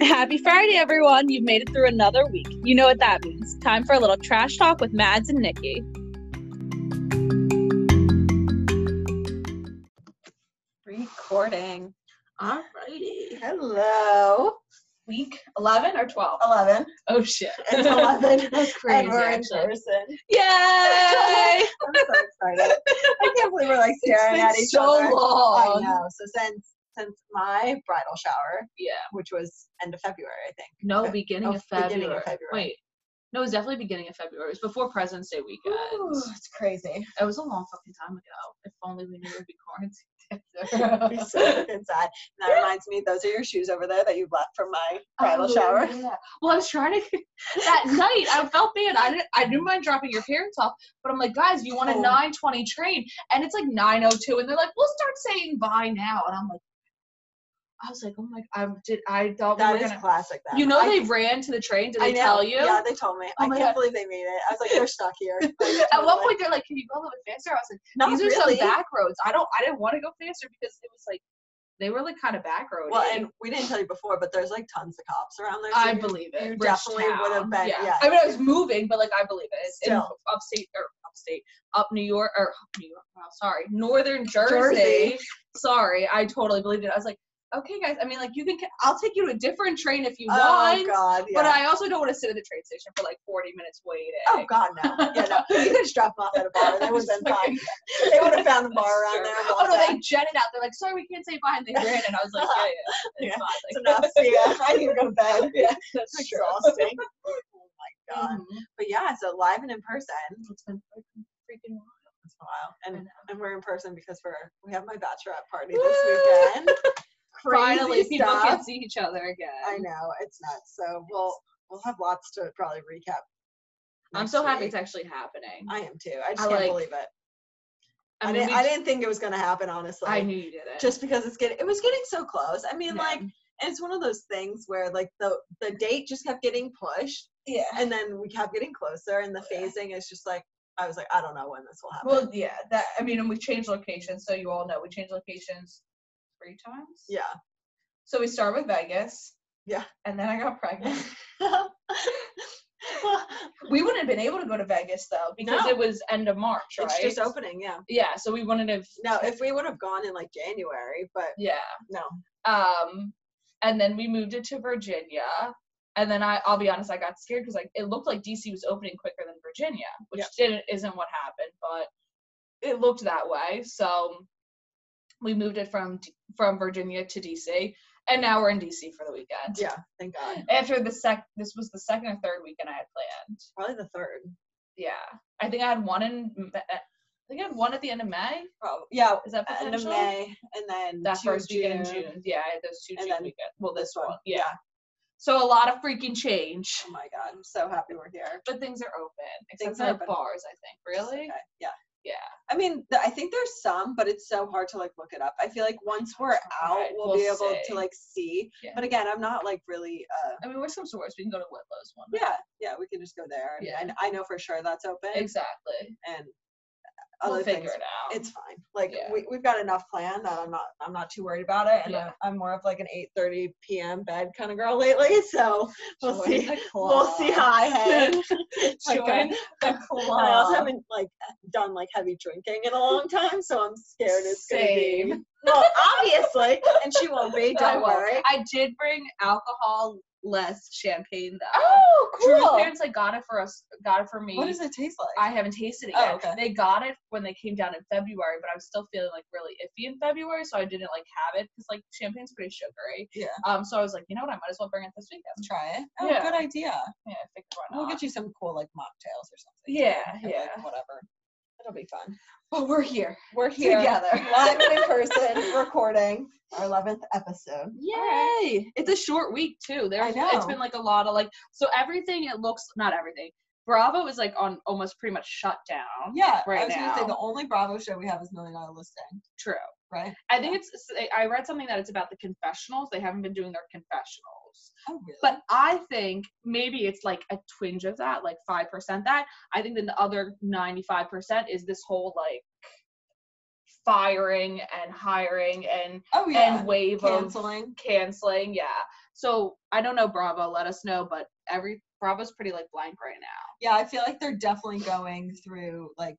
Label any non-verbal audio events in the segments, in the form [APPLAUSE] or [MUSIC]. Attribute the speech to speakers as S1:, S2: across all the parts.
S1: Happy Friday, everyone. You've made it through another week. You know what that means. Time for a little trash talk with Mads and Nikki.
S2: Recording.
S3: Alrighty.
S2: Hello.
S3: Week 11 or 12? [LAUGHS]
S2: 11.
S3: Oh, shit.
S2: [LAUGHS] It's 11.
S3: That's
S2: and
S3: crazy,
S2: we're in
S3: actually.
S2: person.
S3: [LAUGHS]
S1: Yay!
S2: I'm so excited. I can't believe we're like
S3: It's
S2: staring
S3: been
S2: at each
S3: so
S2: other. I
S3: long.
S2: know. So since since my bridal shower,
S3: Yeah.
S2: which was end of February, I think.
S3: No,
S2: Okay.
S3: beginning,
S2: Oh,
S3: of February.
S2: beginning of February.
S3: Wait. No, it was definitely beginning of February. It was before President's Day weekend.
S2: it's [LAUGHS] crazy.
S3: It was a long fucking time ago. If only we knew it would be
S2: We're
S3: quarantined.
S2: so [LAUGHS]
S3: [LAUGHS]
S2: fucking sad. And that reminds me, those are your shoes over there that you left from my bridal
S3: Oh,
S2: shower.
S3: yeah. Well, I was trying to.
S2: [LAUGHS]
S3: that night, I felt bad. I didn't. I didn't mind dropping your parents off, but I'm like, guys, you want a
S2: Oh.
S3: 9:20 train, and it's like 9:02, and they're like, we'll start saying bye now, and I'm like, I was like, oh my, I did. I thought
S2: That
S3: we
S2: is
S3: were gonna.
S2: classic. That
S3: You know, they
S2: I-
S3: ran to the train. Did
S2: I
S3: they
S2: know.
S3: tell you?
S2: Yeah, they told me.
S3: Oh
S2: I
S3: my
S2: can't
S3: God.
S2: believe they made it. I was like, they're stuck
S3: [LAUGHS]
S2: here.
S3: At one point, they're like, can you go a little bit faster? I was like,
S2: Not
S3: these are
S2: really.
S3: some back roads. I don't. I didn't want to go faster because it was like, they were like kind of back road.
S2: Well, and we didn't tell you before, but there's like tons of cops around there. so
S3: I
S2: you-
S3: believe it.
S2: you
S3: Bridgetown.
S2: definitely would have been- yeah.
S3: I mean, I was moving, but like I believe it. It's in
S2: Still.
S3: upstate or upstate, up New York or New York. Wow, sorry, northern Jersey.
S2: Jersey.
S3: Sorry, I totally believed it. I was like, okay, guys. I mean, like you can. I'll take you to a different train if you
S2: Oh
S3: want.
S2: God, yeah.
S3: But I also don't want to sit at the train station for like 40 minutes waiting.
S2: oh God, no. Yeah, no. You could just drop them off at a bar. They would have
S3: [LAUGHS]
S2: been fine. They would have found the bar around there.
S3: Oh no, they jetted out. They're like, sorry, we can't say bye, and they ran. And I was like, yeah, yeah, it's
S2: Yeah,
S3: fine.
S2: It's enough. See ya. I need to go to bed.
S3: [LAUGHS] Yeah, that's
S2: It's
S3: true. [LAUGHS]
S2: exhausting. Oh my God.
S3: Mhm.
S2: But yeah, so live and in person.
S3: It's been freaking, freaking wild.
S2: It's wild.
S3: I
S2: And
S3: know.
S2: and we're in person because we're we have my bachelorette party
S3: Woo!
S2: this weekend. Crazy
S3: [LAUGHS] Finally, [LAUGHS] people
S2: stuff.
S3: can see each other again.
S2: I know it's nuts. So we'll we'll have lots to probably recap.
S3: I'm
S2: next
S3: so happy
S2: week.
S3: it's actually happening.
S2: I am too. I just
S3: I
S2: can't
S3: like-
S2: believe it. I,
S3: mean,
S2: didn't.
S3: we-
S2: I didn't think it was gonna happen. Honestly,
S3: I knew you did it.
S2: just because it's getting. It was getting so close. I mean,
S3: Yeah.
S2: like and it's one of those things where like the the date just kept getting pushed,
S3: yeah.
S2: and then we kept getting closer, and the phasing is just like I was like, I don't know when this will happen.
S3: Oh, Well, yeah. That I mean, and we changed locations, so you all know we changed locations three times.
S2: yeah,
S3: So we start with Vegas.
S2: Yeah.
S3: And then I got pregnant. [LAUGHS] we wouldn't have been able to go to Vegas though because
S2: No.
S3: it was end of March, right?
S2: [LAUGHS] it's just opening. Yeah.
S3: Yeah. So we wouldn't have.
S2: No, if we would have gone in like January, but
S3: Yeah.
S2: no.
S3: um and then we moved it to virginia and then I, i'll be honest i got scared because like it looked like dc was opening quicker than virginia which
S2: Yep.
S3: didn't isn't what happened but it looked that way so we moved it from D- from virginia to dc and now we're in dc for the weekend
S2: Yeah, thank God.
S3: after the sec this was the second or third weekend i had planned
S2: Probably the third.
S3: yeah i think i had one in Ma- i think i had one at the end of may
S2: Probably. Oh, Yeah,
S3: is that
S2: end of
S3: potential
S2: May, and then
S3: that
S2: two
S3: first weekend in
S2: June.
S3: June. Yeah, I had those two
S2: And
S3: June
S2: then
S3: weekend. Well, this
S2: this one.
S3: one. Yeah. So a lot of freaking change.
S2: Oh my God, I'm so happy we're here.
S3: But things are open, except
S2: Things
S3: for
S2: are
S3: like
S2: open.
S3: bars, I think. Really?
S2: Okay, Yeah.
S3: Yeah.
S2: I mean, th- I think there's some, but it's so hard to like look it up. I feel like once we're out,
S3: Right,
S2: we'll,
S3: we'll
S2: be able
S3: see.
S2: to like see.
S3: Yeah.
S2: But again, I'm not like really. Uh,
S3: I mean, we're some stores. We can go to Whitlow's one. night.
S2: yeah, yeah, we can just go there, and,
S3: Yeah.
S2: and I know for sure that's open,
S3: Exactly.
S2: and other
S3: We'll figure
S2: things.
S3: it out.
S2: It's fine. Like
S3: Yeah.
S2: we, we've got enough planned that I'm not I'm not too worried about it, and
S3: Yeah.
S2: I'm more of like an 8:30 p.m. bed kind of girl lately. [LAUGHS] So we'll
S3: Join [LAUGHS]
S2: see.
S3: the
S2: We'll see how I head. My
S3: Join
S2: God.
S3: [LAUGHS] the
S2: And I also
S3: club.
S2: haven't like done like heavy drinking in a long time, so I'm scared it's gonna
S3: Same.
S2: be. Well, obviously, and she won't
S3: I
S2: be. [LAUGHS] Don't
S3: won't.
S2: worry.
S3: I did bring alcohol less champagne though.
S2: Oh,
S3: Drew's parents like got it for us. Got it for me.
S2: What does it taste like?
S3: I haven't tasted it
S2: Oh,
S3: yet.
S2: okay.
S3: They got it when they came down in February, but I was still feeling like really iffy in February, so I didn't like have it because like champagne's pretty sugary.
S2: Yeah.
S3: Um. So I was like, you know what? I might as well bring it this weekend.
S2: Try it. Oh,
S3: Yeah.
S2: good idea.
S3: Yeah. I figured why
S2: We'll
S3: not?
S2: get you some cool like mocktails or something. too,
S3: Yeah,
S2: and,
S3: yeah.
S2: like, whatever. It'll be fun.
S3: But we're here.
S2: We're here
S3: [LAUGHS] Together.
S2: live and in person, recording our eleventh episode.
S3: Yay!
S2: Alright.
S3: It's a short week too. There,
S2: I
S3: it's
S2: know.
S3: been like a lot of like. So everything it looks not everything. Bravo is like on almost pretty much shut down.
S2: Yeah,
S3: Right
S2: I was gonna
S3: now.
S2: say the only Bravo show we have is Million Dollar Listing,
S3: True.
S2: right?
S3: I think it's. I read something that it's about the confessionals. They haven't been doing their confessionals.
S2: Oh, really?
S3: But I think maybe it's like a twinge of that, like 5% that. I think then the other 95% is this whole like firing and hiring and,
S2: oh yeah,
S3: and wave of
S2: canceling.
S3: canceling. Yeah. So I don't know Bravo. Let us know, but every Bravo's pretty like blank right now.
S2: Yeah, I feel like they're definitely going through like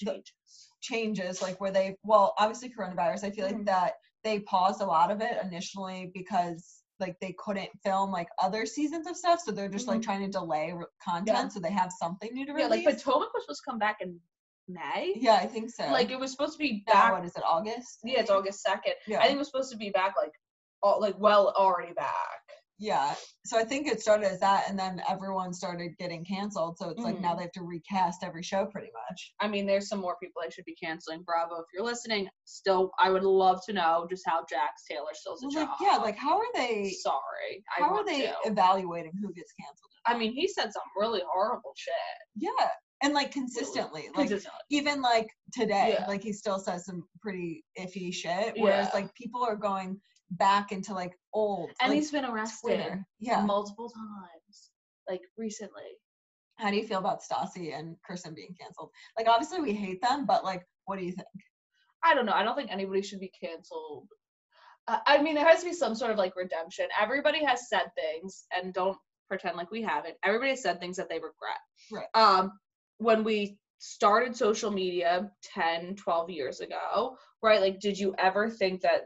S2: The-
S3: Changes.
S2: changes, like where they well, obviously coronavirus. I feel like
S3: Mhm.
S2: that they paused a lot of it initially because like they couldn't film like other seasons of stuff, so they're just like
S3: Mhm.
S2: trying to delay re- content so they have something new to
S3: Yeah,
S2: release.
S3: like Potomac was supposed to come back in May.
S2: yeah, I think so.
S3: Like it was supposed to be
S2: now,
S3: back.
S2: what is it, August?
S3: Yeah, it's August second.
S2: Yeah.
S3: I think it was supposed to be back like, all, like well already back.
S2: yeah. So I think it started as that, and then everyone started getting canceled. So it's like now
S3: Mhm.
S2: they have to recast every show pretty much.
S3: I mean, there's some more people I should be canceling. Bravo, if you're listening, still, I would love to know just how Jax Taylor still's a
S2: Well,
S3: job.
S2: like, yeah, like how are they?
S3: sorry, I
S2: How are
S3: want
S2: they
S3: to.
S2: evaluating who gets canceled?
S3: I mean, he said some really horrible shit.
S2: Yeah, and like consistently, like
S3: Consistently.
S2: even like today,
S3: Yeah.
S2: like he still says some pretty iffy shit.
S3: Yeah.
S2: Whereas like people are going back into like old
S3: and
S2: like,
S3: he's been arrested
S2: Twitter. Yeah.
S3: multiple times, like recently. Mm-hmm.
S2: How do you feel about Stassi and Kirsten being canceled? Like obviously we hate them, but like what do you think?
S3: I don't know. I don't think anybody should be canceled. Uh, I mean, there has to be some sort of like redemption. Everybody has said things, and don't pretend like we haven't. Everybody has said things that they regret.
S2: Right.
S3: Um, when we started social media 10, 12 years ago, right? Like, did you ever think that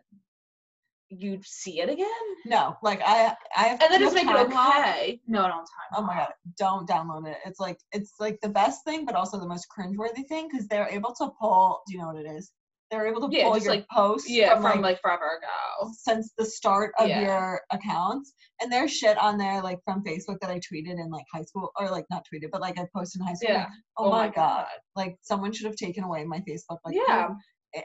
S3: you'd see it again?
S2: No, like I I have
S3: And that
S2: no
S3: doesn't make it
S2: time hop.
S3: okay. No, don't time.
S2: Oh my
S3: hop.
S2: god, don't download it. It's like it's like the best thing, but also the most cringeworthy thing because they're able to pull. Do you know what it is? They're able to
S3: Yeah,
S2: pull
S3: just,
S2: your
S3: like-
S2: posts
S3: Yeah,
S2: from, like,
S3: forever ago.
S2: since the start of
S3: Yeah.
S2: your accounts, and there's shit on there like from Facebook that I tweeted in like high school or like not tweeted, but like I posted in high school.
S3: Yeah.
S2: like, oh, my god. like someone should have taken away my Facebook. Like
S3: yeah.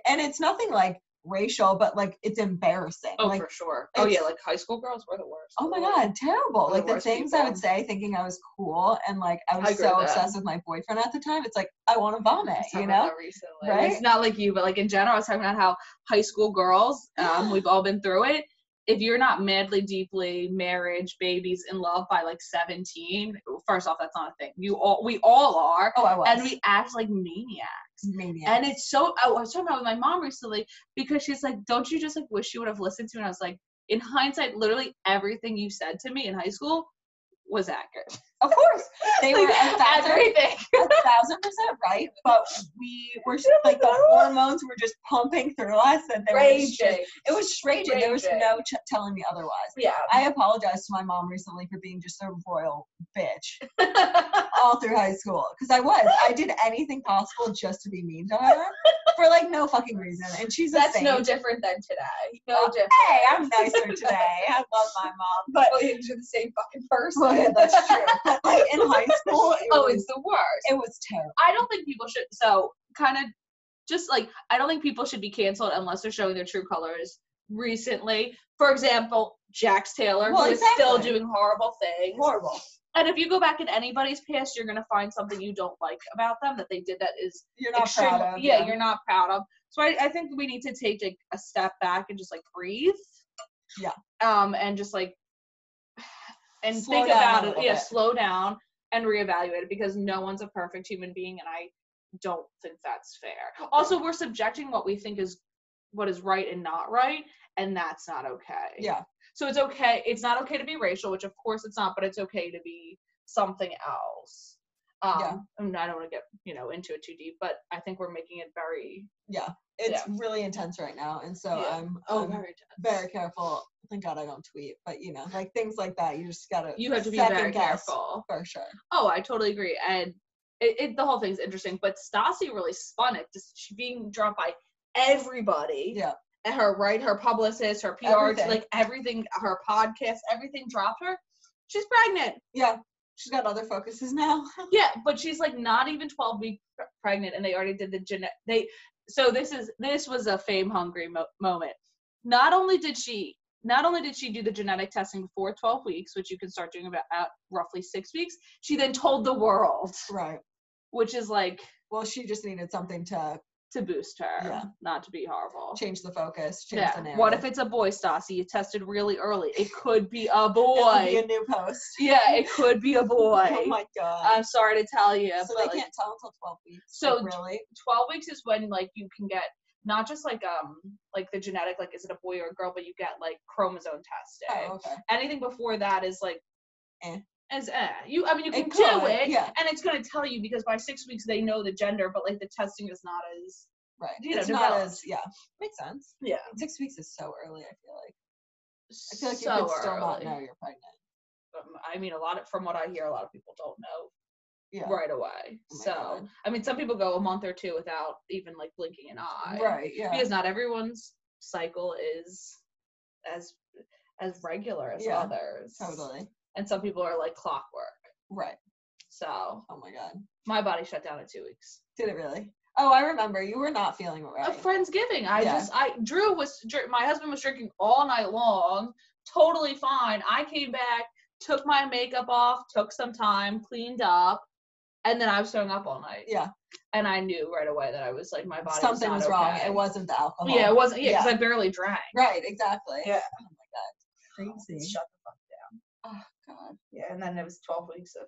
S2: and it's nothing like racial, but like it's embarrassing.
S3: Oh,
S2: like
S3: for sure. Oh yeah,
S2: it's-
S3: like high school girls were the worst.
S2: Oh my god, terrible!
S3: the
S2: Like the
S3: worst
S2: things I would
S3: people.
S2: say, thinking I was cool, and like I
S3: I
S2: was
S3: agree
S2: so
S3: with that.
S2: obsessed with my boyfriend at the time. It's like I want to
S3: I
S2: vomit,
S3: was talking
S2: you
S3: about
S2: know?
S3: that recently.
S2: Right?
S3: It's not like you, but like in general, I was talking about how high school girls, um, we've all been through it. If you're not madly, deeply marriage, babies, in love by like 17, first off, that's not a thing. You all, we all are,
S2: Oh, I was.
S3: and we act like maniacs.
S2: Maniac.
S3: And it's so. I was talking about it with my mom recently because she's like, "Don't you just like wish you would have listened to?" me?" And I was like, in hindsight, literally everything you said to me in high school was accurate.
S2: of course, they
S3: [LAUGHS]
S2: were
S3: Like,
S2: a thousand,
S3: everything.
S2: a thousand percent right, but we were s- like
S3: [LAUGHS]
S2: the hormones were just pumping through us, and there was just, it was just raging. There was
S3: Raging.
S2: no ch- telling me otherwise.
S3: Yeah.
S2: I apologized to my mom recently for being just a royal bitch.
S3: [LAUGHS]
S2: all through high school because I was. I did anything possible just to be mean to her for like no fucking reason. And she's
S3: That's
S2: a
S3: no
S2: saint.
S3: different than today. [LAUGHS] No
S2: Uh,
S3: different.
S2: Hey, I'm nicer today. I love my mom, but
S3: Well, you're the same fucking person.
S2: well, yeah, that's true. [LAUGHS] But like in high school, it
S3: oh,
S2: was,
S3: it's the worst.
S2: it was terrible.
S3: I don't think people should. So kind of just like I don't think people should be canceled unless they're showing their true colors recently. For example, Jax Taylor,
S2: Well,
S3: who is still
S2: exactly.
S3: doing horrible things.
S2: Horrible.
S3: And if you go back in anybody's past, you're gonna find something you don't like about them that they did that is
S2: You're not
S3: extreme-
S2: proud of.
S3: yeah,
S2: them.
S3: you're not proud of. So I, I think we need to take like a step back and just like breathe.
S2: Yeah.
S3: Um, and just like [SIGHS] and
S2: Slow
S3: think
S2: down a
S3: about it.
S2: little
S3: Yeah,
S2: bit.
S3: slow down and reevaluate it because no one's a perfect human being, and I don't think that's fair. Also, we're subjecting what we think is what is right and not right, and that's not okay.
S2: Yeah.
S3: So it's okay. It's not okay to be racial, which of course it's not, but it's okay to be something else. Um,
S2: Yeah.
S3: I, mean, I don't want to get you know into it too deep, but I think we're making it very yeah.
S2: It's really intense right now, and so
S3: Yeah.
S2: I'm,
S3: oh
S2: I'm
S3: very
S2: very careful. Thank God I don't tweet, but you know, like things like that, you just gotta
S3: You have to be
S2: second
S3: very
S2: guess
S3: careful.
S2: for sure.
S3: Oh, I totally agree, and it, it the whole thing's interesting. But Stassi really spun it, just she being dropped by everybody.
S2: Yeah.
S3: And her right, her publicist, her PR,
S2: Everything.
S3: like everything, her podcast, everything dropped her. She's pregnant.
S2: Yeah, she's got other focuses now. [LAUGHS]
S3: Yeah, but she's like not even 12 weeks pr- pregnant, and they already did the genetic. They so this is this was a fame hungry mo- moment. Not only did she not only did she do the genetic testing before 12 weeks, which you can start doing about at roughly six weeks, she then told the world,
S2: right.
S3: which is like
S2: Well, she just needed something to
S3: to boost her,
S2: Yeah.
S3: not to be horrible.
S2: change the focus, change the
S3: Yeah.
S2: narrative.
S3: What if it's a boy, Stassi? You tested really early. It could be a
S2: It would be
S3: boy.
S2: a new post?
S3: [LAUGHS] yeah, it could be a boy.
S2: [LAUGHS] Oh my god.
S3: I'm sorry to tell you,
S2: so
S3: but
S2: they
S3: like,
S2: can't tell until 12 weeks.
S3: So
S2: like, really?
S3: 12 weeks is when like you can get not just like um like the genetic like is it a boy or a girl, but you get like chromosome testing.
S2: Oh, okay.
S3: Anything before that is like
S2: Eh.
S3: as eh. You I mean you
S2: It
S3: can do
S2: could,
S3: it
S2: yeah.
S3: and it's gonna tell you because by six weeks they know the gender, but like the testing is not as
S2: Right.
S3: you know,
S2: it's not
S3: developed.
S2: as yeah. Makes sense.
S3: yeah.
S2: Six weeks is so early. I feel like. I
S3: So
S2: feel like you could still not
S3: early.
S2: know you're pregnant.
S3: Um, I mean, a lot of from what I hear, a lot of people don't know
S2: Yeah.
S3: right away.
S2: Oh my
S3: so,
S2: God.
S3: I mean, some people go a month or two without even like blinking an eye,
S2: Right. Yeah.
S3: Because not everyone's cycle is as as regular as
S2: Yeah,
S3: others,
S2: Totally.
S3: and some people are like clockwork.
S2: Right.
S3: So,
S2: Oh my god.
S3: my body shut down at two weeks.
S2: Did it really? Oh, I remember. You were not feeling right.
S3: A friendsgiving, I
S2: Yeah.
S3: just I Drew was dr- my husband was drinking all night long, totally fine. I came back, took my makeup off, took some time, cleaned up, and then I was throwing up all night.
S2: yeah.
S3: and I knew right away that I was like my body
S2: Something
S3: was, not
S2: was wrong.
S3: okay.
S2: It wasn't the alcohol.
S3: Yeah, it wasn't. Yeah, because I barely drank.
S2: Right. Exactly.
S3: Yeah.
S2: Oh my god. Crazy.
S3: Shut the fuck down.
S2: Oh god.
S3: Yeah, and then it was twelve weeks of.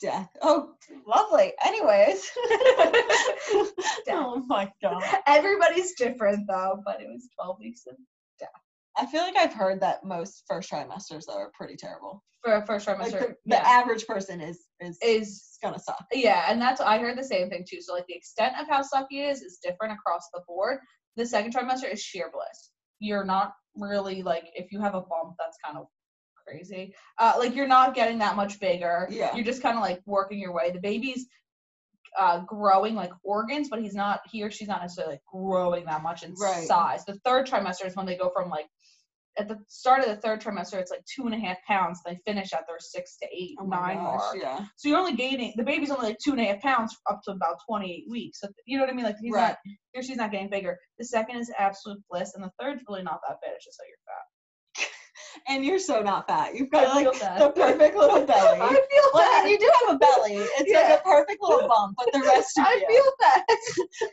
S2: Death.
S3: [LAUGHS]
S2: Oh, lovely. Anyways.
S3: Death.
S2: Oh my god.
S3: Everybody's different though, but it was twelve weeks of
S2: [LAUGHS] I feel like I've heard that most first trimesters though are pretty terrible.
S3: for a first
S2: Like
S3: trimester.
S2: the, the
S3: yeah.
S2: average person is is
S3: is
S2: it's gonna suck.
S3: yeah, and that's I heard the same thing too. So like the extent of how sucky is is different across the board. The second trimester is sheer bliss. You're not really like if you have a bump, that's kind of crazy. Uh, like you're not getting that much bigger.
S2: Yeah.
S3: You're just kind of like working your way. The baby's uh, growing like organs, but he's not he or she's not necessarily like growing that much in
S2: Right.
S3: size. The third trimester is when they go from like at the start of the third trimester, it's like two and a half pounds. They finish at their six to eight,
S2: Oh
S3: nine
S2: my gosh,
S3: mark.
S2: Yeah.
S3: So you're only gaining the baby's only like two and a half pounds up to about 28 weeks. So you know what I mean? Like he's
S2: Right.
S3: not, he or she's not getting bigger. The second is absolute bliss, and the third's really not that bad. It's just how you're fat.
S2: And you're so not fat. You've got
S3: I
S2: like
S3: feel bad.
S2: the perfect little belly.
S3: [LAUGHS] I feel
S2: Well, I
S3: that.
S2: mean, you do have a belly. It's
S3: Yeah.
S2: like a perfect little bump, but the rest of
S3: I
S2: you.
S3: feel that.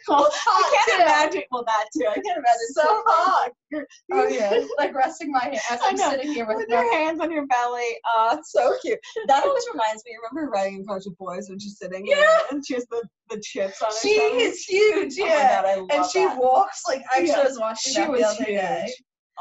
S3: [LAUGHS]
S2: Well, I
S3: hot,
S2: can't
S3: too.
S2: imagine. Well, that too. I can't imagine.
S3: So
S2: sitting
S3: hot.
S2: there with
S3: [LAUGHS]
S2: your-
S3: Oh yeah, It's like resting my hand as
S2: I
S3: I'm
S2: know.
S3: sitting here with
S2: With your hands on your belly. Oh, it's so cute. That always reminds me. Remember riding a bunch of boys when she's sitting here and she has the, the chips on her
S3: She
S2: stomach?
S3: is huge,
S2: Oh my
S3: yeah,
S2: God, I
S3: and
S2: love
S3: she
S2: that.
S3: walks like I
S2: Yeah.
S3: was watching
S2: she
S3: that
S2: was
S3: the other
S2: huge.
S3: day.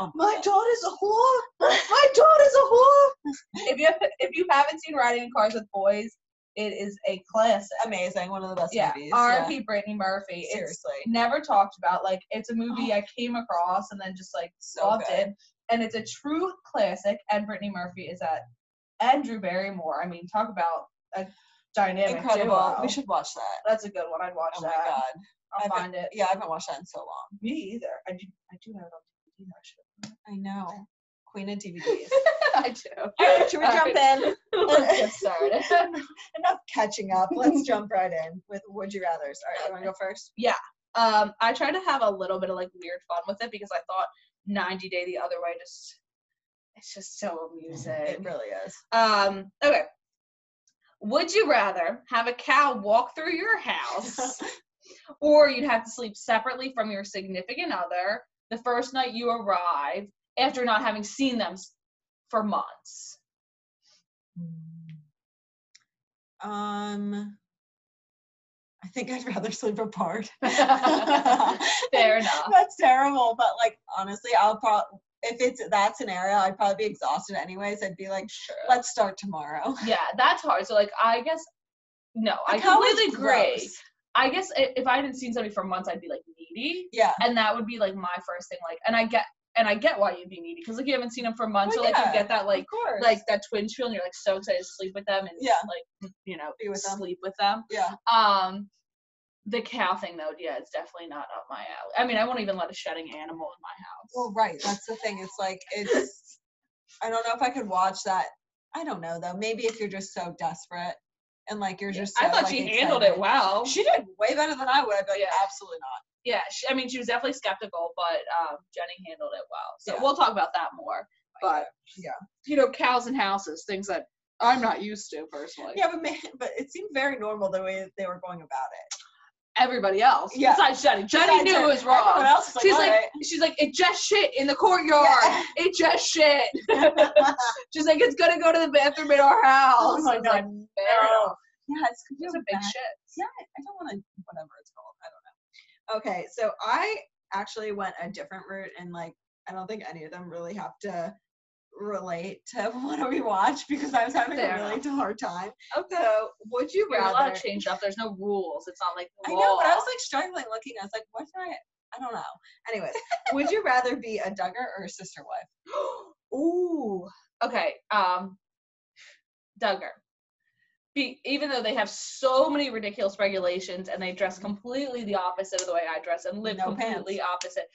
S2: Oh
S3: My
S2: God.
S3: daughter's a whore. My daughter's a whore. if you if you haven't seen Riding in Cars with Boys, it is a classic.
S2: [LAUGHS] amazing. One of the best
S3: yeah,
S2: movies.
S3: R.P. Brittany Murphy.
S2: yeah. Seriously. Oh.
S3: It's never talked about. Like it's a movie I came across and then just like
S2: So
S3: loved
S2: good.
S3: it. And it's a true classic. And Brittany Murphy is at Andrew Barrymore. I mean, talk about a dynamic
S2: Incredible.
S3: duo.
S2: We should watch that.
S3: That's a good one. I'd watch
S2: Oh my
S3: that.
S2: god.
S3: I'll
S2: I bet-
S3: find it.
S2: Yeah, I haven't watched that in so long.
S3: Me either. I do. I do have it on DVD. I should.
S2: I know. Queen
S3: [LAUGHS]
S2: of DVDs.
S3: I do.
S2: All right, should
S3: [LAUGHS]
S2: we jump in?
S3: Let's get
S2: [LAUGHS]
S3: started.
S2: Enough catching up. Let's jump right in with Would You Rather's. All right, you want to go first?
S3: um i tried to have a little bit of like weird fun with it because i thought 90 day the other way just it's just so
S2: It
S3: amusing
S2: really is.
S3: um okay would you rather have a cow walk through your
S2: [LAUGHS]
S3: house or you'd have to sleep separately from your significant other the first night you arrive after not having seen them s- for months
S2: Um, I think I'd rather sleep apart. [LAUGHS]
S3: fair enough
S2: That's terrible, but like honestly, I'll probably if it's that scenario, I'd probably be exhausted anyways. I'd be like,
S3: sure
S2: let's start tomorrow.
S3: yeah that's hard so like i guess no i
S2: Like, how is
S3: completely agree
S2: gross?
S3: I guess i- if I hadn't seen somebody for months, I'd be like needy,
S2: Yeah.
S3: and that would be like my first thing. Like, and I get, and I get why you'd be needy because like you haven't seen them for months,
S2: Well,
S3: so like
S2: Oh, yeah,
S3: you get that like
S2: of course.
S3: like that twinge feel, and you're like so excited to sleep with them and
S2: Yeah.
S3: like you know
S2: Be with them.
S3: sleep with them.
S2: yeah.
S3: Um, the cow thing though, yeah, it's definitely not up my alley. I mean, I won't even let a shedding animal in my house.
S2: Well, right. That's the thing. It's like it's. I don't know if I could watch that. I don't know though. Maybe if you're just so desperate and like you're
S3: Yeah.
S2: just.
S3: I
S2: so,
S3: thought
S2: like,
S3: she handled
S2: excited.
S3: it well.
S2: She did way better than I would. I'd be like,
S3: Yeah.
S2: absolutely not.
S3: yeah, she, I mean, she was definitely skeptical, but um, Jenny handled it well. So
S2: Yeah.
S3: we'll talk about that more. But
S2: yeah.
S3: you know, cows and houses, things that I'm not used to personally.
S2: Yeah, but man, but it seemed very normal the way they were going about it.
S3: Everybody else,
S2: Yeah.
S3: besides Jenny, Jenny
S2: Besides
S3: knew
S2: her,
S3: it was
S2: Everyone
S3: wrong.
S2: else is like,
S3: she's
S2: "All
S3: like,
S2: right."
S3: she's like, it just shit in the courtyard.
S2: Yeah.
S3: [LAUGHS] It just [LAUGHS] shit. she's like, it's gonna go to the bathroom in our house.
S2: Oh my
S3: I was like,
S2: God,
S3: fair
S2: no.
S3: [LAUGHS] enough.
S2: yeah, it's
S3: It
S2: confusing.
S3: was a big shit.
S2: Yeah, I don't want to. Whatever it's called, I don't know. Okay, so I actually went a different route, and like I don't think any of them really have to relate to [LAUGHS] what we watch because I was having
S3: Fair
S2: a really hard time.
S3: Okay.
S2: So would you
S3: There's a lot
S2: rather?
S3: of change up. There's no rules. It's not like
S2: I
S3: the
S2: know, but I
S3: law.
S2: was like struggling looking. I was like, what did I? I don't know.
S3: [LAUGHS]
S2: Anyways, would you rather be a Duggar or a sister
S3: [GASPS]
S2: wife?
S3: Ooh. Okay. Um, Duggar. Be, even though they have so many ridiculous regulations and they dress completely the opposite of the way I dress and live
S2: No
S3: completely opposite.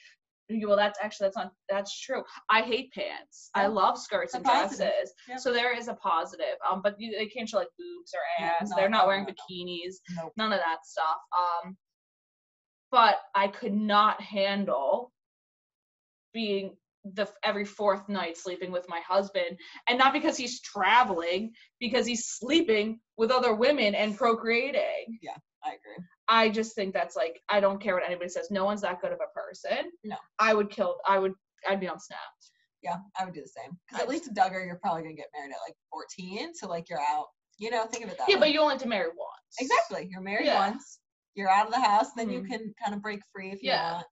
S3: You- Well, that's actually that's not that's true. I hate pants. I
S2: Yeah.
S3: love skirts
S2: A
S3: and
S2: positive.
S3: dresses.
S2: Yeah.
S3: So there is a positive. Um, but you, they can't show like boobs or
S2: Yeah,
S3: ass.
S2: no,
S3: They're not
S2: no,
S3: wearing
S2: no, no.
S3: bikinis.
S2: Nope.
S3: None of that stuff. Um, but I could not handle being the f- every fourth night sleeping with my husband and not because he's traveling because he's sleeping with other women and procreating
S2: I agree.
S3: i just think that's like i don't care what anybody says no one's that good of a person
S2: No.
S3: i would kill i would i'd be on snap
S2: Yeah, I would do the same. Because
S3: I-
S2: at least a Duggar, you're probably gonna get married at like 14, so like you're out. You know, think of it that
S3: yeah
S2: way.
S3: but you only have to marry once
S2: Exactly. You're married
S3: Yeah.
S2: once. You're out of the house. Then
S3: Mhm.
S2: you can kind of break free if you
S3: Yeah.
S2: want.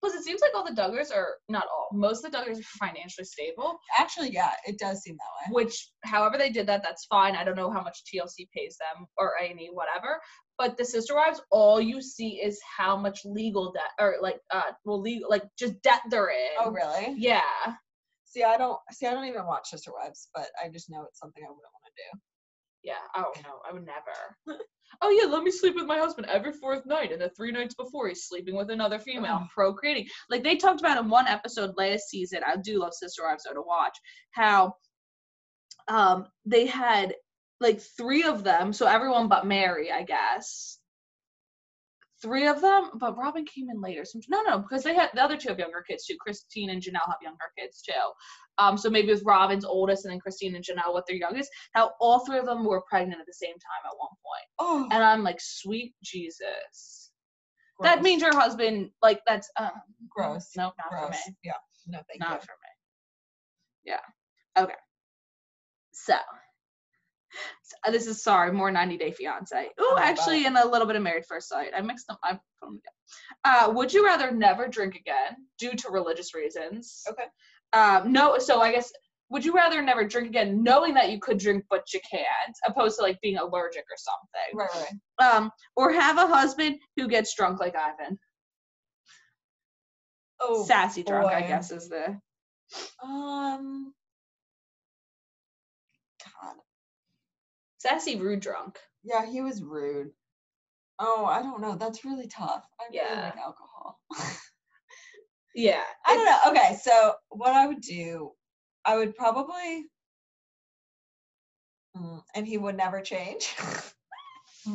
S3: plus it seems like all the duggars are not all most of the duggars are financially stable
S2: Actually, yeah, it does seem that way.
S3: which however they did that that's fine i don't know how much tlc pays them or any whatever but the sister wives all you see is how much legal debt or like uh well legal like just debt they're in
S2: Oh, really?
S3: yeah
S2: See, I don't. See, I don't even watch Sister Wives, but I just know it's something I wouldn't want to do.
S3: yeah oh no i would never [LAUGHS] oh yeah let me sleep with my husband every fourth night and the three nights before he's sleeping with another female
S2: Ugh.
S3: procreating like they talked about in one episode last season i do love sister wives though to watch how um they had like three of them so everyone but mary i guess three of them but robin came in later so no no because they had the other two have younger kids too christine and janelle have younger kids too um so maybe with robin's oldest and then christine and janelle with their youngest how all three of them were pregnant at the same time at one point
S2: Oh,
S3: and i'm like sweet jesus that means your husband like that's um
S2: Gross.
S3: no not for
S2: gross.
S3: me
S2: Yeah. No, thank
S3: not
S2: you.
S3: for me. Yeah. Okay. So, so uh, this is sorry, more 90 Day Fiance.
S2: Oh,
S3: Oh,
S2: wow.
S3: actually, in a little bit of Married First Sight. I mixed them. I put them together. Uh, would you rather never drink again due to religious reasons?
S2: Okay.
S3: Um, no. So I guess would you rather never drink again, knowing that you could drink but you can't, opposed to like being allergic or something,
S2: Right, right.
S3: um, or have a husband who gets drunk like Ivan,
S2: Oh,
S3: sassy drunk, I
S2: boy.
S3: guess is the.
S2: um, God.
S3: Sassy rude drunk.
S2: Yeah, he was rude. Oh, I don't know. That's really tough. I really
S3: Yeah.
S2: like alcohol.
S3: Yeah.
S2: I don't know. Okay, so what I would do, I would probably, Mm, and he would never change. Mm-hmm.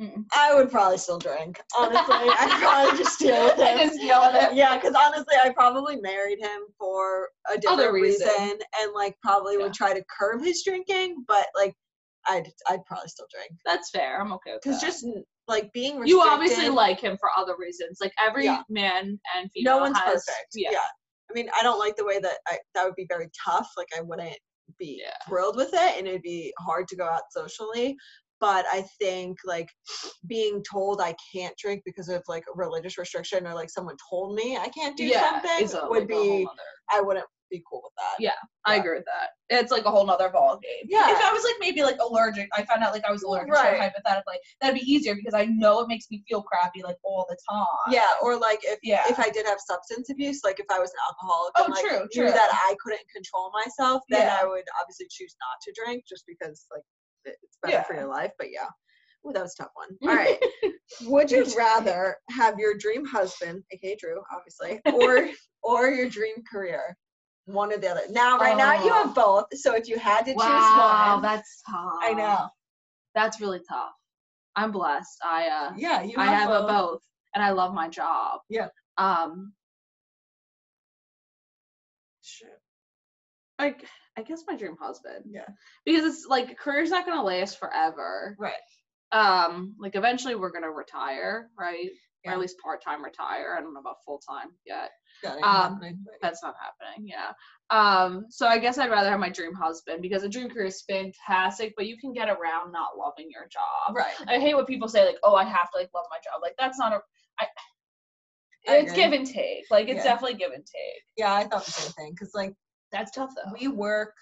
S3: Mm-mm.
S2: [LAUGHS] I would probably still drink. Honestly, I'd probably
S3: [LAUGHS]
S2: just deal with
S3: I
S2: him.
S3: just yell at him.
S2: Yeah, because honestly, I probably married him for a different
S3: Other reason.
S2: reason. and like probably
S3: Yeah.
S2: would try to curb his drinking, but like I'd I'd probably still drink.
S3: That's fair. I'm okay with
S2: Because
S3: that.
S2: just like being restricted,
S3: you obviously like him for other reasons. Like every
S2: Yeah.
S3: man and female
S2: no one's
S3: has,
S2: perfect.
S3: Yeah.
S2: I mean, I don't like the way that I that would be very tough. Like I wouldn't be
S3: Yeah.
S2: thrilled with it, and it'd be hard to go out socially. But I think like [SNIFFS] being told I can't drink because of like a religious restriction or like someone told me I can't do
S3: yeah,
S2: something
S3: is a-
S2: would
S3: like a whole
S2: be
S3: nother-
S2: I wouldn't be cool with that.
S3: I agree with that. It's like a whole nother ball game.
S2: Yeah.
S3: If I was like maybe like allergic, I found out like I was allergic to it
S2: Right.
S3: hypothetically, that'd be easier because I know it makes me feel crappy like all the time.
S2: Yeah, or like if
S3: Yeah.
S2: if I did have substance abuse, like if I was an alcoholic
S3: Oh,
S2: and like
S3: true,
S2: knew
S3: true.
S2: that I couldn't control myself, then
S3: Yeah.
S2: I would obviously choose not to drink just because like it- it's better for
S3: Yeah.
S2: your life. But yeah. Ooh, that was a tough one.
S3: [LAUGHS]
S2: All right. Would you rather have your dream husband, aka Drew, obviously,
S3: [LAUGHS]
S2: or or your dream career? One or the other. Now, right now you
S3: Oh.
S2: have both. So if you had to choose
S3: Wow,
S2: one,
S3: that's tough.
S2: I know.
S3: That's really tough. I'm blessed. I uh
S2: Yeah, you.
S3: I have a both, and I love my job.
S2: Yeah.
S3: Um. Shit. I g- I guess my dream husband.
S2: Yeah.
S3: Because it's like career's not gonna last forever.
S2: Right.
S3: Um. Like eventually we're gonna retire, right? or at least part time retire. I don't know about full time yet.
S2: Got it,
S3: Um,
S2: happening, but-
S3: That's not happening. Yeah. Um. So I guess I'd rather have my dream husband because a dream career is fantastic, but you can get around not loving your job.
S2: right.
S3: I hate what people say like, "Oh, I have to like love my job." Like that's not a. I,
S2: I
S3: it's
S2: agree.
S3: give and take. Like it's
S2: Yeah.
S3: definitely give and take.
S2: Yeah, I thought the same thing because like
S3: That's tough though.
S2: we work,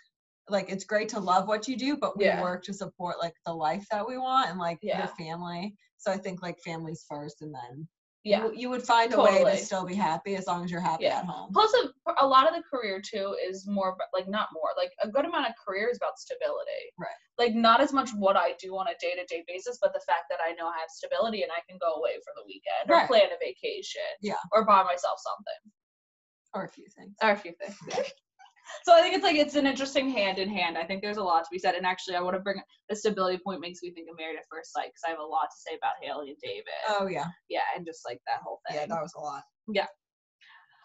S2: like it's great to love what you do, but we
S3: Yeah.
S2: work to support like the life that we want and like your
S3: Yeah.
S2: family. So I think like families first, and then you
S3: yeah.
S2: w- you, would find a way
S3: Totally.
S2: to still be happy as long as you're happy
S3: Yeah.
S2: at home.
S3: Plus, a, a lot of the career too is more about- like not more like a good amount of career is about stability.
S2: Right.
S3: Like not as much what I do on a day to day basis, but the fact that I know I have stability and I can go away for the weekend or
S2: Right.
S3: plan a vacation.
S2: Yeah.
S3: Or buy myself something
S2: Or a few things.
S3: or a few things. so [LAUGHS] I think it's like it's an interesting hand in hand. I think there's a lot to be said. And actually, I want to bring the stability point makes me think of Married at First Sight because I have a lot to say about Haley and David.
S2: Oh yeah,
S3: yeah, and just like that whole thing.
S2: yeah, that was a lot.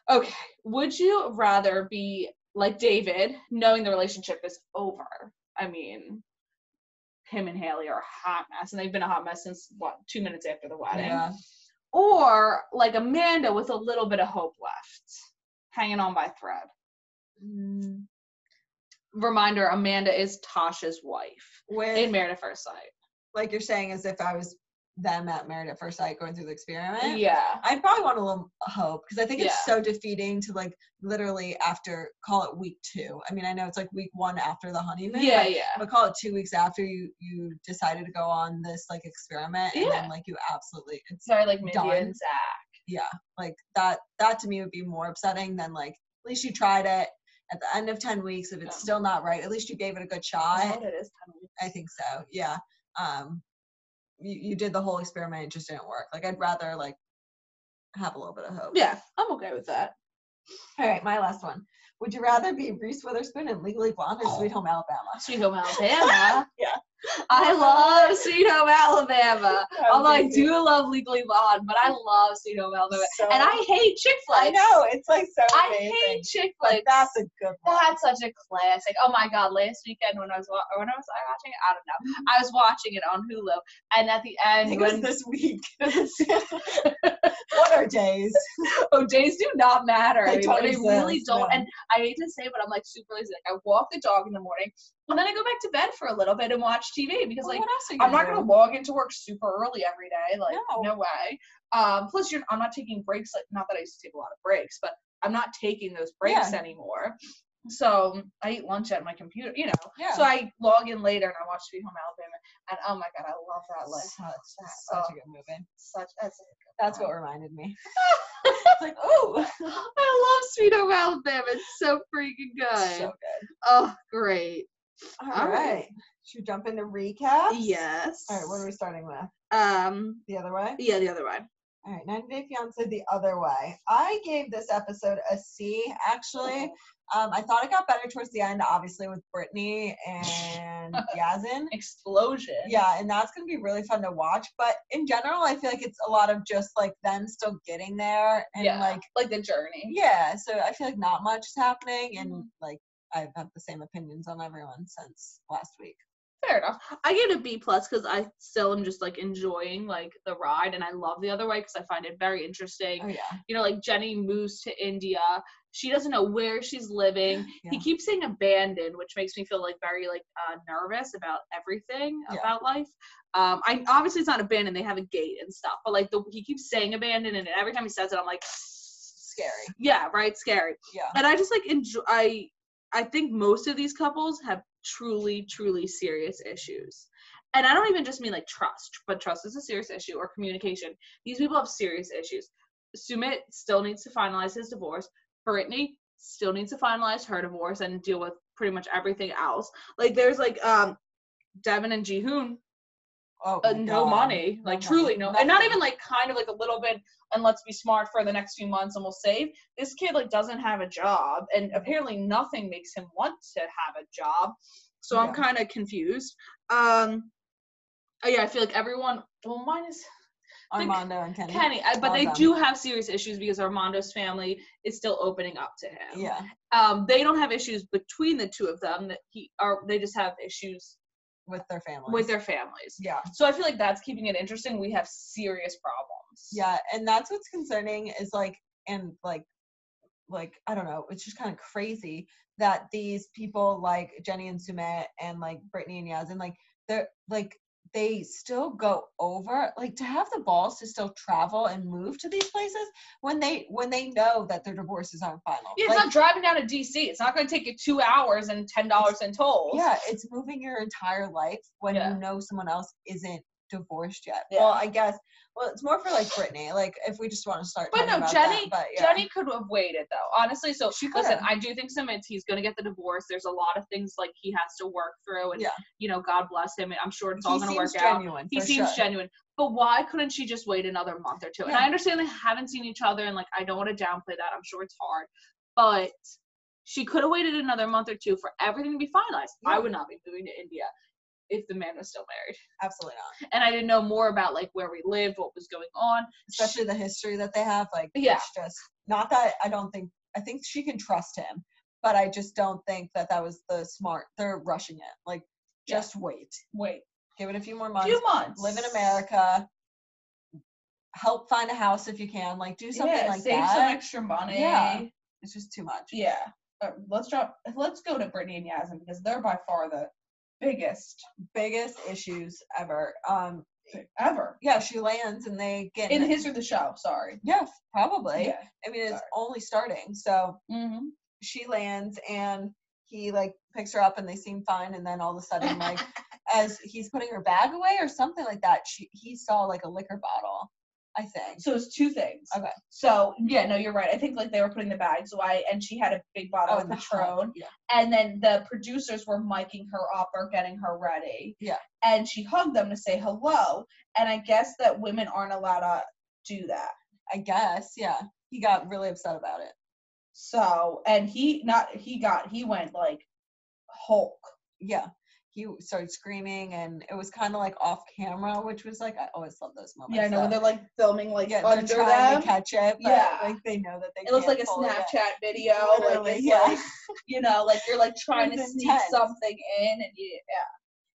S3: Okay. Would you rather be like David, knowing the relationship is over? I mean, him and Haley are a hot mess, and they've been a hot mess since what, two minutes after the wedding?
S2: Yeah,
S3: Or like Amanda with a little bit of hope left, hanging on by a thread.
S2: Mm,
S3: Reminder Amanda is Tasha's wife
S2: with
S3: in Married at First Sight.
S2: like you're saying, as if I was them at Married at First Sight going through the experiment.
S3: Yeah.
S2: I'd probably want a little hope because I think it's
S3: Yeah.
S2: so defeating to like literally after call it week two. I mean, I know it's like week one after the honeymoon.
S3: Yeah,
S2: but-
S3: yeah.
S2: But call it two weeks after you you decided to go on this like experiment and
S3: Yeah.
S2: then like you absolutely it's
S3: Sorry, like Mindy
S2: Done.
S3: and Zach.
S2: like that that to me would be more upsetting than like at least you tried it at the end of ten weeks if it's
S3: Yeah.
S2: still not right at least you gave it a good
S3: That's
S2: shot
S3: what it is, Tony.
S2: I think so yeah um you, you did the whole experiment it just didn't work like I'd rather like have a little bit of hope
S3: Yeah, I'm okay with that.
S2: All right, my last one. Would you rather be Reese Witherspoon in Legally Blonde or Sweet Home Alabama?
S3: Sweet [LAUGHS] Home Alabama.
S2: Yeah.
S3: I love Sweet Home [LAUGHS] Alabama. Although I
S2: me
S3: do love Legally Blonde, but I love Sweet Home Alabama.
S2: So-
S3: and I hate chick flicks.
S2: I know it's like so
S3: I
S2: amazing.
S3: hate chick
S2: but
S3: flicks.
S2: that's a good one.
S3: That's such a classic. Oh my god! Last weekend when I was wa- when I was watching it, I don't know. I was watching it on Hulu, and at the
S2: I
S3: end,
S2: think it was
S3: when
S2: this week. [LAUGHS] What are [LAUGHS] days?
S3: oh days do not matter
S2: They
S3: anymore.
S2: don't
S3: They really
S2: exist,
S3: don't.
S2: no.
S3: And I hate to say, but I'm like super lazy. Like I walk the dog in the morning, and then I go back to bed for a little bit and watch TV because like
S2: Oh, what else are you
S3: I'm not gonna log into work super early every day. Like no,
S2: No.
S3: way. Um, plus, you're I'm not taking breaks. Like not that I used to take a lot of breaks, but I'm not taking those breaks anymore. So I eat lunch at my computer. You know.
S2: Yeah.
S3: So I log in later and I watch Sweet Home Alabama. And oh my god, I love that
S2: Such,
S3: life.
S2: oh, such a good movie. Uh-huh.
S3: Such that's
S2: That's what reminded [LAUGHS] me. It's like, oh,
S3: I love Sweet Home Alabama. It's so freaking good.
S2: so good.
S3: oh, great.
S2: All
S3: All right.
S2: right. Should we jump into recaps?
S3: Yes.
S2: All right, what are we starting with?
S3: Um.
S2: The other way?
S3: Yeah, the other one.
S2: All right, 90 Day Fiance the other way. I gave this episode a C, actually. Um, I thought it got better towards the end, obviously, with Brittany [LAUGHS] and Yazin.
S3: Explosion.
S2: Yeah, and that's going to be really fun to watch. But in general, I feel like it's a lot of just like them still getting there and
S3: yeah.
S2: like,
S3: like the journey.
S2: yeah, so I feel like not much is happening. And
S3: Mm-hmm.
S2: like, I've had the same opinions on everyone since last week.
S3: fair enough i gave it a b plus because i still am just like enjoying like the ride and i love the other way because i find it very interesting
S2: Oh, yeah.
S3: you know like jenny moves to india she doesn't know where she's
S2: [GASPS]
S3: living he
S2: Yeah.
S3: keeps saying abandoned which makes me feel like very like uh, nervous about everything
S2: Yeah.
S3: about life um i obviously it's not abandoned they have a gate and stuff but like the, he keeps saying abandoned and every time he says it i'm like
S2: [SNIFFS] Scary.
S3: yeah right scary
S2: Yeah.
S3: and I just like enjoy. I I think most of these couples have truly, truly serious issues, and I don't even just mean like trust, but trust is a serious issue or communication. These people have serious issues. Sumit still needs to finalize his divorce. Brittany still needs to finalize her divorce and deal with pretty much everything else. Like there's like um Devin and Jihoon
S2: Oh,
S3: uh,
S2: my
S3: no
S2: God.
S3: money, like
S2: money.
S3: truly no, and not
S2: Nothing.
S3: even like kind of like a little bit. And let's be smart for the next few months, and we'll save. This kid like doesn't have a job, and apparently nothing makes him want to have a job. So I'm
S2: Yeah.
S3: kind of confused. Um, oh yeah, I feel like everyone. Well, minus think-
S2: Armando and Kenny.
S3: Kenny, I, but
S2: All
S3: they
S2: of them.
S3: do have serious issues because Armando's family is still opening up to him.
S2: Yeah.
S3: Um, they don't have issues between the two of them. That he are they just have issues
S2: with their families.
S3: with their families.
S2: yeah.
S3: So I feel like that's keeping it interesting. We have serious problems.
S2: Yeah, and that's what's concerning is like and like like I don't know, it's just kind of crazy that these people like Jenny and Sumet and like Brittany and Yasmin like they're like they still go over like to have the balls to still travel and move to these places when they when they know that their divorces aren't final.
S3: Yeah, It's
S2: Like,
S3: not driving down to DC. It's not going to take you two hours and ten dollars in tolls.
S2: yeah, it's moving your entire life when
S3: Yeah.
S2: you know someone else isn't divorced yet.
S3: Yeah.
S2: Well, I guess well it's more for like Brittany. Like if we just want to start
S3: But
S2: talking
S3: no,
S2: about
S3: Jenny-
S2: that, but yeah.
S3: Jenny could have waited though, honestly. So
S2: She
S3: listen,
S2: could've.
S3: I do think Simmons he's going to get the divorce. There's a lot of things like he has to work through, and
S2: Yeah.
S3: you know, God bless him. And I'm sure it's all
S2: He
S3: going to
S2: seems
S3: work out.
S2: genuine.
S3: He
S2: for
S3: seems
S2: sure.
S3: genuine, but why couldn't she just wait another month or two? And
S2: Yeah.
S3: I understand they haven't seen each other, and like I don't want to downplay that. I'm sure it's hard, but she could have waited another month or two for everything to be finalized. I
S2: Yeah.
S3: would not be moving to India if the man was still married.
S2: Absolutely not.
S3: and I didn't know more about like where we lived, what was going on.
S2: Especially the history that they have. Like,
S3: Yeah.
S2: it's just not that I don't think, I think she can trust him, but I just don't think that that was the smart, they're rushing it. Like,
S3: Yeah.
S2: just wait.
S3: Wait,
S2: Give it a few more
S3: a
S2: months.
S3: few months.
S2: Live in America. Help find a house if you can. Like, do something
S3: yeah,
S2: like
S3: save
S2: that.
S3: some extra money.
S2: Yeah. it's just too much.
S3: yeah. Uh, let's drop. Let's go to Brittany and Yasmin because they're by far the biggest
S2: Biggest issues ever. Um,
S3: thing ever
S2: yeah, she lands and they get
S3: in the history of the show. Sorry.
S2: yeah, probably.
S3: Yeah.
S2: I mean, it's
S3: Sorry.
S2: only starting. So,
S3: Mm-hmm.
S2: she lands and he like picks her up and they seem fine and then all of a
S3: [LAUGHS]
S2: sudden like as he's putting her bag away or something like that she he saw like a liquor bottle i think
S3: So it's two things.
S2: Okay.
S3: So yeah, no, you're right. I think like they were putting the bags away, and she had a big bottle of
S2: in Oh, the
S3: Patron,
S2: trunk, yeah
S3: and then the producers were miking her up or getting her ready.
S2: Yeah.
S3: And she hugged them to say hello. And I guess that women aren't allowed to do that.
S2: i guess yeah he got really upset about it
S3: So and he not he got he went like Hulk.
S2: yeah he started screaming and it was kind of like off camera which was like i always love those moments
S3: Yeah, I know.
S2: though.
S3: When they're like filming like
S2: Oh yeah
S3: under
S2: they're trying
S3: them.
S2: to catch it but
S3: Yeah.
S2: like they know that they
S3: it looks
S2: can't
S3: like a
S2: pull it in.
S3: Snapchat video.
S2: Literally,
S3: like it's
S2: yeah.
S3: like [LAUGHS] you know, like you're like trying to
S2: It's
S3: sneak
S2: intense.
S3: something in and you, yeah.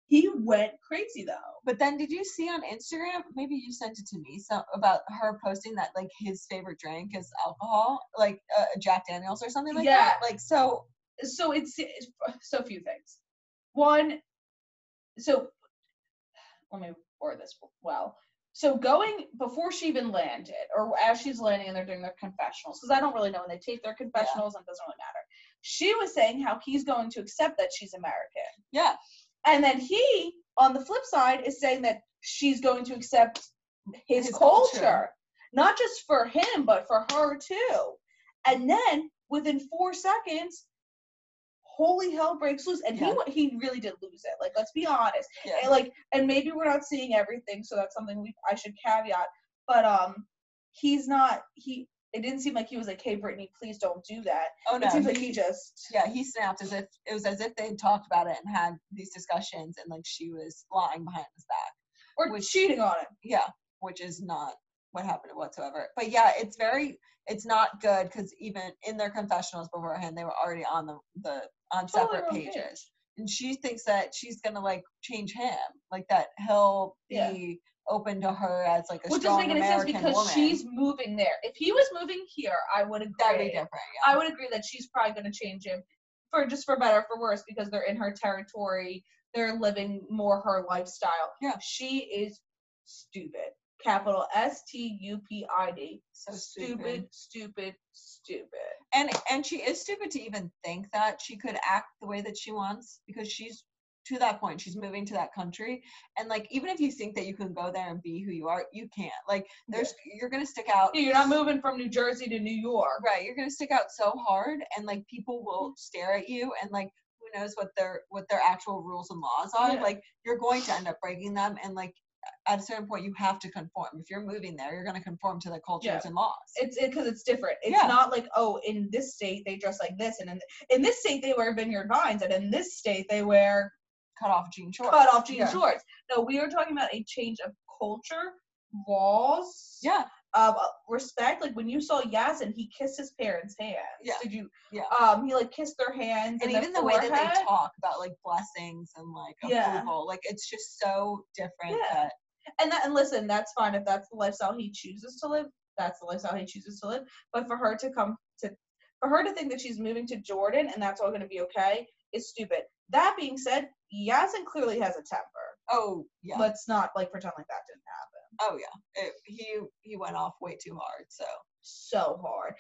S3: He went crazy though.
S2: But then, did you see on Instagram? Maybe you sent it to me. So about her posting that like his favorite drink is alcohol, like uh, Jack Daniels or something like that. Like so,
S3: so it's, it's so few things. One, so let me word this well. So going before she even landed, or as she's landing and they're doing their confessionals, because I don't really know when they take their confessionals, and it doesn't really matter. She was saying how he's going to accept that she's American,
S2: yeah,
S3: and then he, on the flip side, is saying that she's going to accept his,
S2: His
S3: culture.
S2: culture.
S3: not just for him, but for her too. And then within four seconds, holy hell breaks loose, and he
S2: Yeah.
S3: wa- he he really did lose it. Like let's be honest,
S2: yeah.
S3: And, like and maybe we're not seeing everything, so that's something we I should caveat. But um, he's not he. It didn't seem like he was like, "Hey, Brittany, please don't do that."
S2: oh no,
S3: it seems like
S2: he-
S3: he just
S2: yeah, he snapped as if it was as if they had talked about it and had these discussions, and like she was lying behind his back.
S3: or
S2: Which-
S3: cheating on him.
S2: Yeah, which is not what happened whatsoever. But yeah, it's very, it's not good because even in their confessionals beforehand, they were already on the the
S3: Totally
S2: on separate
S3: wrong
S2: pages. and she thinks that she's gonna like change him, like that he'll be
S3: Yeah.
S2: open to her as like a
S3: Which doesn't
S2: strong
S3: make any sense
S2: American
S3: because
S2: woman.
S3: she's moving there. If he was moving here, I would
S2: that'd be
S3: agree.
S2: different. Yeah.
S3: I would agree that she's probably going to change him for just for better or for worse because they're in her territory. They're living more her lifestyle.
S2: Yeah.
S3: She is stupid. Capital S T U P I D.
S2: so
S3: Stupid, stupid, stupid.
S2: and and she is stupid to even think that she could act the way that she wants because she's to that point she's moving to that country and like even if you think that you can go there and be who you are you can't like there's you're gonna stick out
S3: Yeah, You're not moving from New Jersey to New York.
S2: right you're gonna stick out so hard and like people will stare at you and like who knows what their what their actual rules and laws are
S3: Yeah.
S2: like you're going to end up breaking them and like at a certain point you have to conform if you're moving there you're going to conform to the cultures
S3: Yeah.
S2: and laws
S3: It's because it's different. It's
S2: Yeah.
S3: not like oh, in this state they dress like this, and in, in this state they wear vineyard vines, and in this state they wear
S2: cut off jean shorts
S3: cut off jean
S2: Yeah.
S3: shorts. No, we are talking about a change of culture, laws.
S2: yeah
S4: um, respect. Like when you saw Yasin, he kissed his parents' hands.
S2: Yeah.
S4: Did you?
S2: Yeah.
S4: Um, he like kissed their hands
S2: and
S4: their
S2: even the way that they
S4: forehead.
S2: talk about like blessings and like
S4: Yeah.
S2: approval, like it's just so different.
S4: Yeah.
S2: That,
S4: and that and listen, that's fine if that's the lifestyle he chooses to live. That's the lifestyle he chooses to live. But for her to come to, for her to think that she's moving to Jordan and that's all going to be okay is stupid. That being said, Yasin clearly has a temper.
S2: oh yeah,
S4: Let's not like pretend like that didn't happen.
S2: oh yeah. It, he he went off way too hard. So
S4: So hard,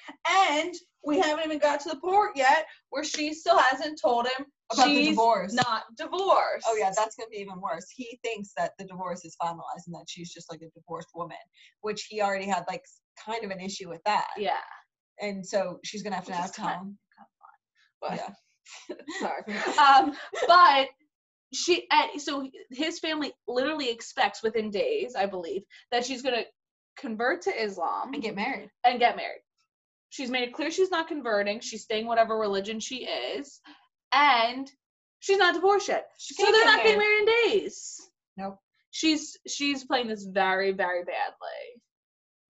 S4: and we haven't even got to the part yet where she still hasn't told him
S2: about the
S4: she's
S2: divorce.
S4: not divorced.
S2: Oh yeah, that's gonna be even worse. He thinks that the divorce is finalized and that she's just like a divorced woman, which he already had like s- kind of an issue with that.
S3: Yeah.
S2: And so she's gonna have to
S3: Which is
S2: ask
S3: kind of-
S2: Tom.
S3: But
S2: Yeah.
S3: sorry. Um, but she and so his family literally expects within days, I believe, that she's gonna convert to Islam
S2: And get married.
S3: and get married. She's made it clear she's not converting. She's staying whatever religion she is, and she's not divorced yet.
S2: She
S3: So
S2: can't
S3: they're
S2: get
S3: not getting married in days.
S2: Nope.
S3: She's she's playing this very very badly.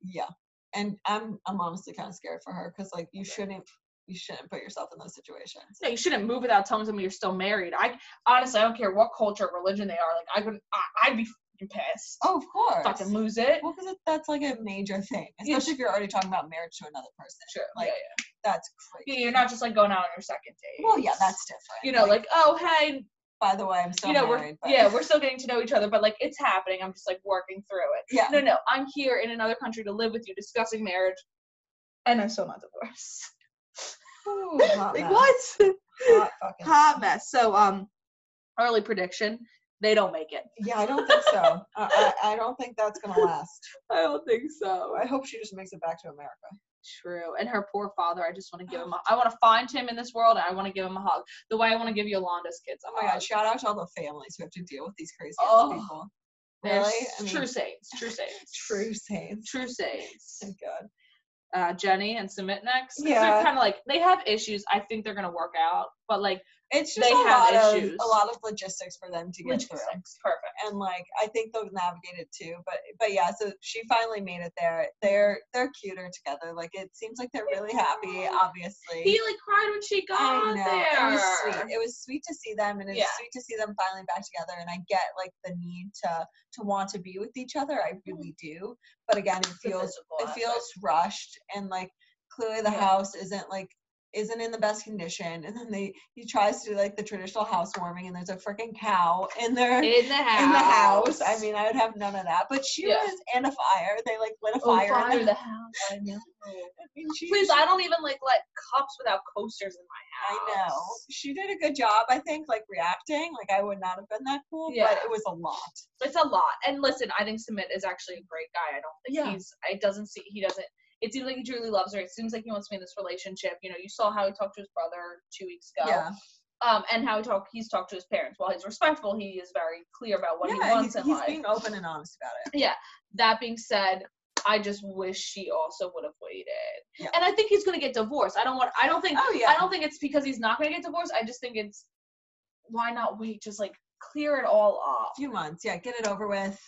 S2: Yeah. And I'm I'm honestly kind of scared for her because like you shouldn't you shouldn't put yourself in those situations.
S3: No, you shouldn't move without telling someone you're still married. I honestly I don't care what culture or religion they are. Like I would I, I'd be fucking pissed.
S2: Oh, of course.
S3: fucking lose it.
S2: Well, because that's like a major thing,
S3: Yeah.
S2: especially if you're already talking about marriage to another person.
S3: Sure.
S2: Like,
S3: yeah,
S2: That's
S3: yeah.
S2: crazy.
S3: Yeah, You're not just like going out on your second date.
S2: Well, yeah, that's different.
S3: you know, like, oh hey,
S2: by the way, I'm still
S3: you know,
S2: married.
S3: we're
S2: but [LAUGHS]
S3: yeah, we're still getting to know each other, but like it's happening. I'm just like working through it.
S2: yeah,
S3: No, no, I'm here in another country to live with you, discussing marriage, and I'm still not divorced.
S2: Ooh, hot
S3: like
S2: mess.
S3: what?
S2: Hot
S3: [LAUGHS]
S2: fucking
S3: Hot mess. So um, early prediction, they don't make it.
S2: Yeah, I don't think so. I, I, I don't think that's gonna last.
S3: I don't think so.
S2: I hope she just makes it back to America.
S3: True. And her poor father, I just want to give
S2: Oh.
S3: him. A, I want to find him in this world, and I want to give him a hug. The way I want to give Yolanda's kids a
S2: Oh my
S3: hug.
S2: god! Shout out to all the families who have to deal with these crazy
S3: Oh,
S2: people.
S3: They're
S2: Really?
S3: s-
S2: I mean,
S3: true saints. True saints.
S2: true saints.
S3: True saints.
S2: Thank God.
S3: Uh, Jenny and Submit next. 'cause
S2: Yeah.
S3: They're kind of like they have issues. I think they're gonna work out, but like
S2: It's just
S3: They
S2: a
S3: have
S2: lot
S3: issues.
S2: of a lot of logistics for them to get
S3: logistics.
S2: through.
S3: Perfect.
S2: and like I think they'll navigate it too. But but yeah, so she finally made it there. They're they're cuter together. Like it seems like they're really happy. Obviously,
S3: He like cried when she
S2: I
S3: got
S2: know.
S3: there.
S2: It was sweet. It was sweet to see them, and it was
S3: Yeah.
S2: sweet to see them finally back together. And I get like the need to to want to be with each other. I
S3: Mm.
S2: really do. But again, it
S3: The
S2: feels
S3: physical
S2: it
S3: aspect.
S2: feels rushed, and like clearly the
S3: Yeah.
S2: house isn't like isn't in the best condition. And then they he tries to do like the traditional housewarming, and there's a freaking cow in there
S3: in the house.
S2: in the house. I mean, I would have none of that. But she
S3: Yeah.
S2: was in a fire. They like lit a
S3: Oh,
S2: fire.
S3: fire
S2: in [LAUGHS]
S3: the house. I know.
S2: I mean, she,
S3: Please, I don't even like let cups without coasters in my house.
S2: I know she did a good job. I think like reacting. Like I would not have been that cool,
S3: Yeah.
S2: but it was a lot.
S3: it's a lot. And listen, I think Submit is actually a great guy. I don't think
S2: Yeah.
S3: he's. It doesn't see. He doesn't. It seems like he truly loves her. It seems like he wants to be in this relationship. You know, you saw how he talked to his brother two weeks ago,
S2: Yeah,
S3: um, and how he talk. He's talked to his parents. While he's respectful, he is very clear about what
S2: yeah.
S3: he wants
S2: he's,
S3: in
S2: he's
S3: life.
S2: being open and honest about it.
S3: that being said, I just wish she also would have waited.
S2: Yeah.
S3: And I think he's gonna get divorced. I don't want. I don't think.
S2: Oh yeah,
S3: I don't think it's because he's not gonna get divorced. I just think it's why not wait? Just like clear it all up.
S2: few months. Yeah, get it over with.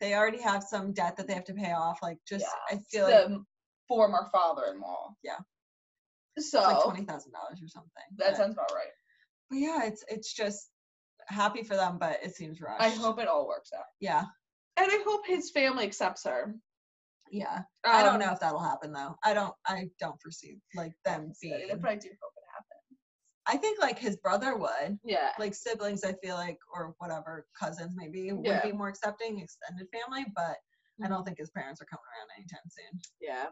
S2: They already have some debt that they have to pay off. Like just,
S3: Yeah,
S2: I feel like
S3: the former father-in-law.
S2: Yeah.
S3: So
S2: it's like twenty thousand dollars or something.
S3: that
S2: but,
S3: sounds about right.
S2: but yeah, it's it's just happy for them, but it seems rushed.
S3: I hope it all works out,
S2: Yeah,
S3: and I hope his family accepts her.
S2: yeah. I
S3: Um,
S2: don't know if that'll happen though. I don't. I don't foresee like them being.
S3: But I do hope it happens.
S2: I think like his brother would.
S3: Yeah.
S2: Like siblings, I feel like, or whatever cousins maybe would
S3: Yeah. Mm-hmm.
S2: be more accepting, extended family. But I don't think his parents are coming around anytime soon.
S3: Yeah.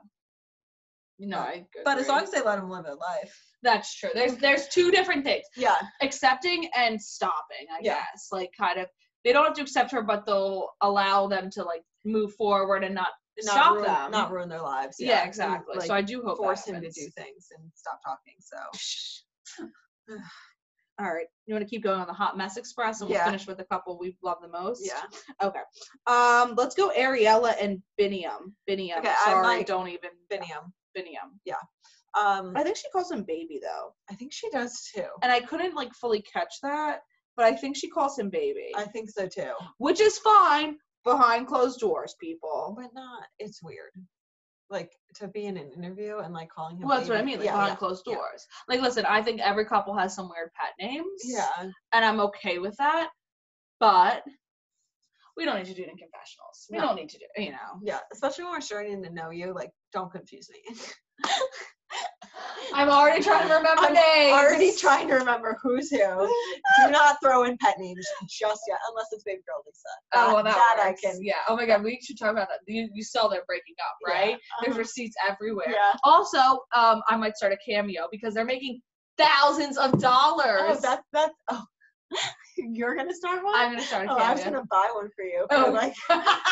S3: No,
S2: But-
S3: I. Agree.
S2: But as long as they let him live a life.
S3: that's true. There's there's two different things.
S2: Yeah.
S3: accepting and stopping, I
S2: Yeah.
S3: guess. Like kind of they don't have to accept her, but they'll allow them to like move forward and not,
S2: Not
S3: stop
S2: ruin,
S3: them.
S2: Not ruin their lives.
S3: yeah,
S2: Yeah, and,
S3: exactly.
S2: Like,
S3: so I do hope
S2: force
S3: that
S2: him to
S3: happens.
S2: do things and stop talking. So
S3: [LAUGHS] [SIGHS] All right. You want to keep going on the hot mess express and we'll
S4: Yeah.
S3: finish with the couple we love the most.
S4: Yeah.
S3: Okay. Um, let's go Ariella and Binium. Binium.
S2: Okay, I
S3: Sorry,
S2: like
S3: don't even
S2: Binium.
S3: Binium.
S2: Um,
S3: I think she calls him baby though.
S2: I think she does too.
S3: And I couldn't like fully catch that, but I think she calls him baby.
S2: I think so too.
S3: which is fine behind closed doors, people.
S2: But not. It's weird. like to be in an interview and like calling him.
S3: Well, that's what I
S2: baby.
S3: mean, like
S2: yeah,
S3: behind
S2: yeah,
S3: closed
S2: yeah.
S3: doors. Like, listen, I think every couple has some weird pet names.
S2: Yeah,
S3: And I'm okay with that. But we don't need to do it in confessionals. We
S2: No.
S3: don't need to do it, you know.
S2: yeah. Especially when we're starting to know you, like don't confuse me.
S3: I'm already trying to remember
S2: I'm
S3: names. [LAUGHS]
S2: Already trying to remember who's who. Do not throw in pet names just yet, unless it's baby girl Lisa.
S3: Oh, well, that,
S2: I
S3: works.
S2: can.
S3: Yeah. Oh my God, we should talk about that. You, you saw they're breaking up,
S2: Yeah.
S3: right? There's
S2: Uh-huh.
S3: receipts everywhere.
S2: Yeah.
S3: Also, um, I might start a cameo because they're making thousands of dollars.
S2: Oh, that's that's. Oh, [LAUGHS] you're gonna start one.
S3: I'm gonna start a
S2: oh, I was
S3: cameo.
S2: gonna buy one for you.
S3: Oh.
S2: For, like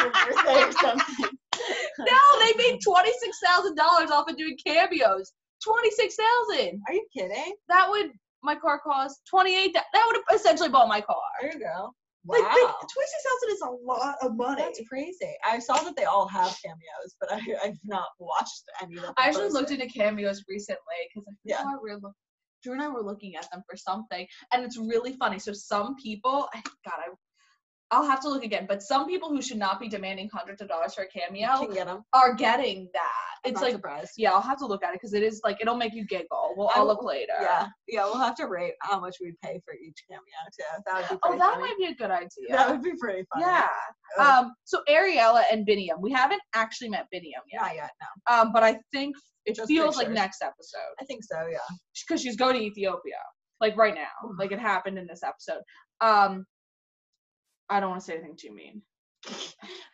S2: your birthday or something.
S3: [LAUGHS] no, they made twenty six thousand dollars off of doing cameos. Twenty six thousand.
S2: Are you kidding?
S3: That would my car cost twenty eight. That would have essentially bought my car.
S2: There you go. Wow.
S4: Like, like twenty six thousand is a lot of money.
S2: That's crazy. I saw that they all have cameos, but I, I've not watched any of them.
S3: I actually looked into cameos recently because
S2: Yeah.
S3: I we were look- Drew and I were looking at them for something, and it's really funny. So some people, I God, I, I'll have to look again. But some people who should not be demanding hundreds of dollars for a cameo
S2: Can get them.
S3: are getting that.
S2: I'm
S3: It's
S2: not
S3: like,
S2: surprised.
S3: yeah, I'll have to look at it because it is like it'll make you giggle. We'll
S2: I
S3: I'll
S2: will-
S3: look later.
S2: Yeah, yeah. We'll have to rate how much we'd pay for each cameo too. That would be.
S3: Oh,
S2: pretty
S3: that
S2: funny.
S3: might be a good idea.
S2: That would be pretty funny.
S3: yeah.
S2: Ugh.
S3: Um, so Ariella and Biniam. We haven't actually met Biniam yet.
S2: Not yet. No.
S3: Um, but I think it
S2: Just
S3: feels like
S2: pictures.
S3: next episode.
S2: I think so. Yeah.
S3: because she's going to Ethiopia, like right now, like it happened in this episode. Um, I don't want to say anything too mean.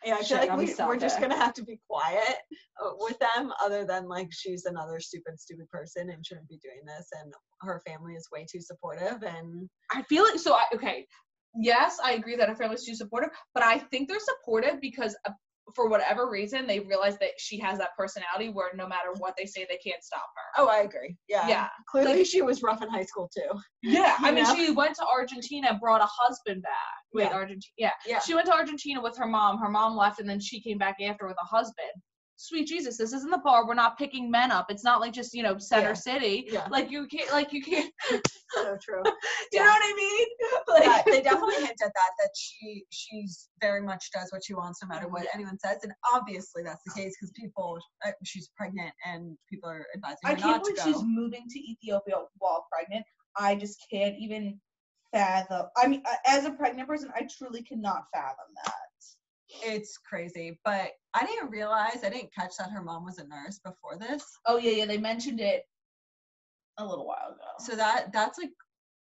S2: Yeah, I
S3: Shit,
S2: feel like
S3: I'll be
S2: we, we're just
S3: sobbing.
S2: gonna have to be quiet uh, with them, other than like she's another stupid, stupid person and shouldn't be doing this, and her family is way too supportive, and
S3: I feel like so. I, okay, yes, I agree that her family's too supportive, but I think they're supportive because uh, for whatever reason they realize that she has that personality where no matter what they say, they can't stop her.
S2: oh, I agree. Yeah.
S3: Yeah,
S2: Clearly,
S3: like-
S2: she was rough in high school [LAUGHS] too.
S3: yeah. I mean,
S2: Yeah.
S3: she went to Argentina, and brought a husband back. Wait,
S2: Yeah.
S3: Argentina. Yeah.
S2: Yeah.
S3: she went to Argentina with her mom. Her mom left, and then she came back after with a husband. Sweet Jesus, this isn't the bar. We're not picking men up. It's not like just you know center
S2: Yeah.
S3: city.
S2: Yeah.
S3: Like you can't. Like you can't.
S2: [LAUGHS] So [LAUGHS] true.
S3: Do you
S2: Yeah.
S3: know what I mean? [LAUGHS]
S2: yeah,
S3: Like,
S2: they definitely hint at that that she she's very much does what she wants no matter what anyone says and obviously that's the case because people uh, she's pregnant and people are advising her
S4: I
S2: not
S4: can't
S2: to
S4: believe
S2: go
S4: she's moving to Ethiopia while pregnant. I just can't even fathom. I mean, I- as a pregnant person, I truly cannot fathom that.
S2: it's crazy but i didn't realize i didn't catch that her mom was a nurse before this
S4: Oh yeah, yeah. They mentioned it a little while ago.
S2: so that that's like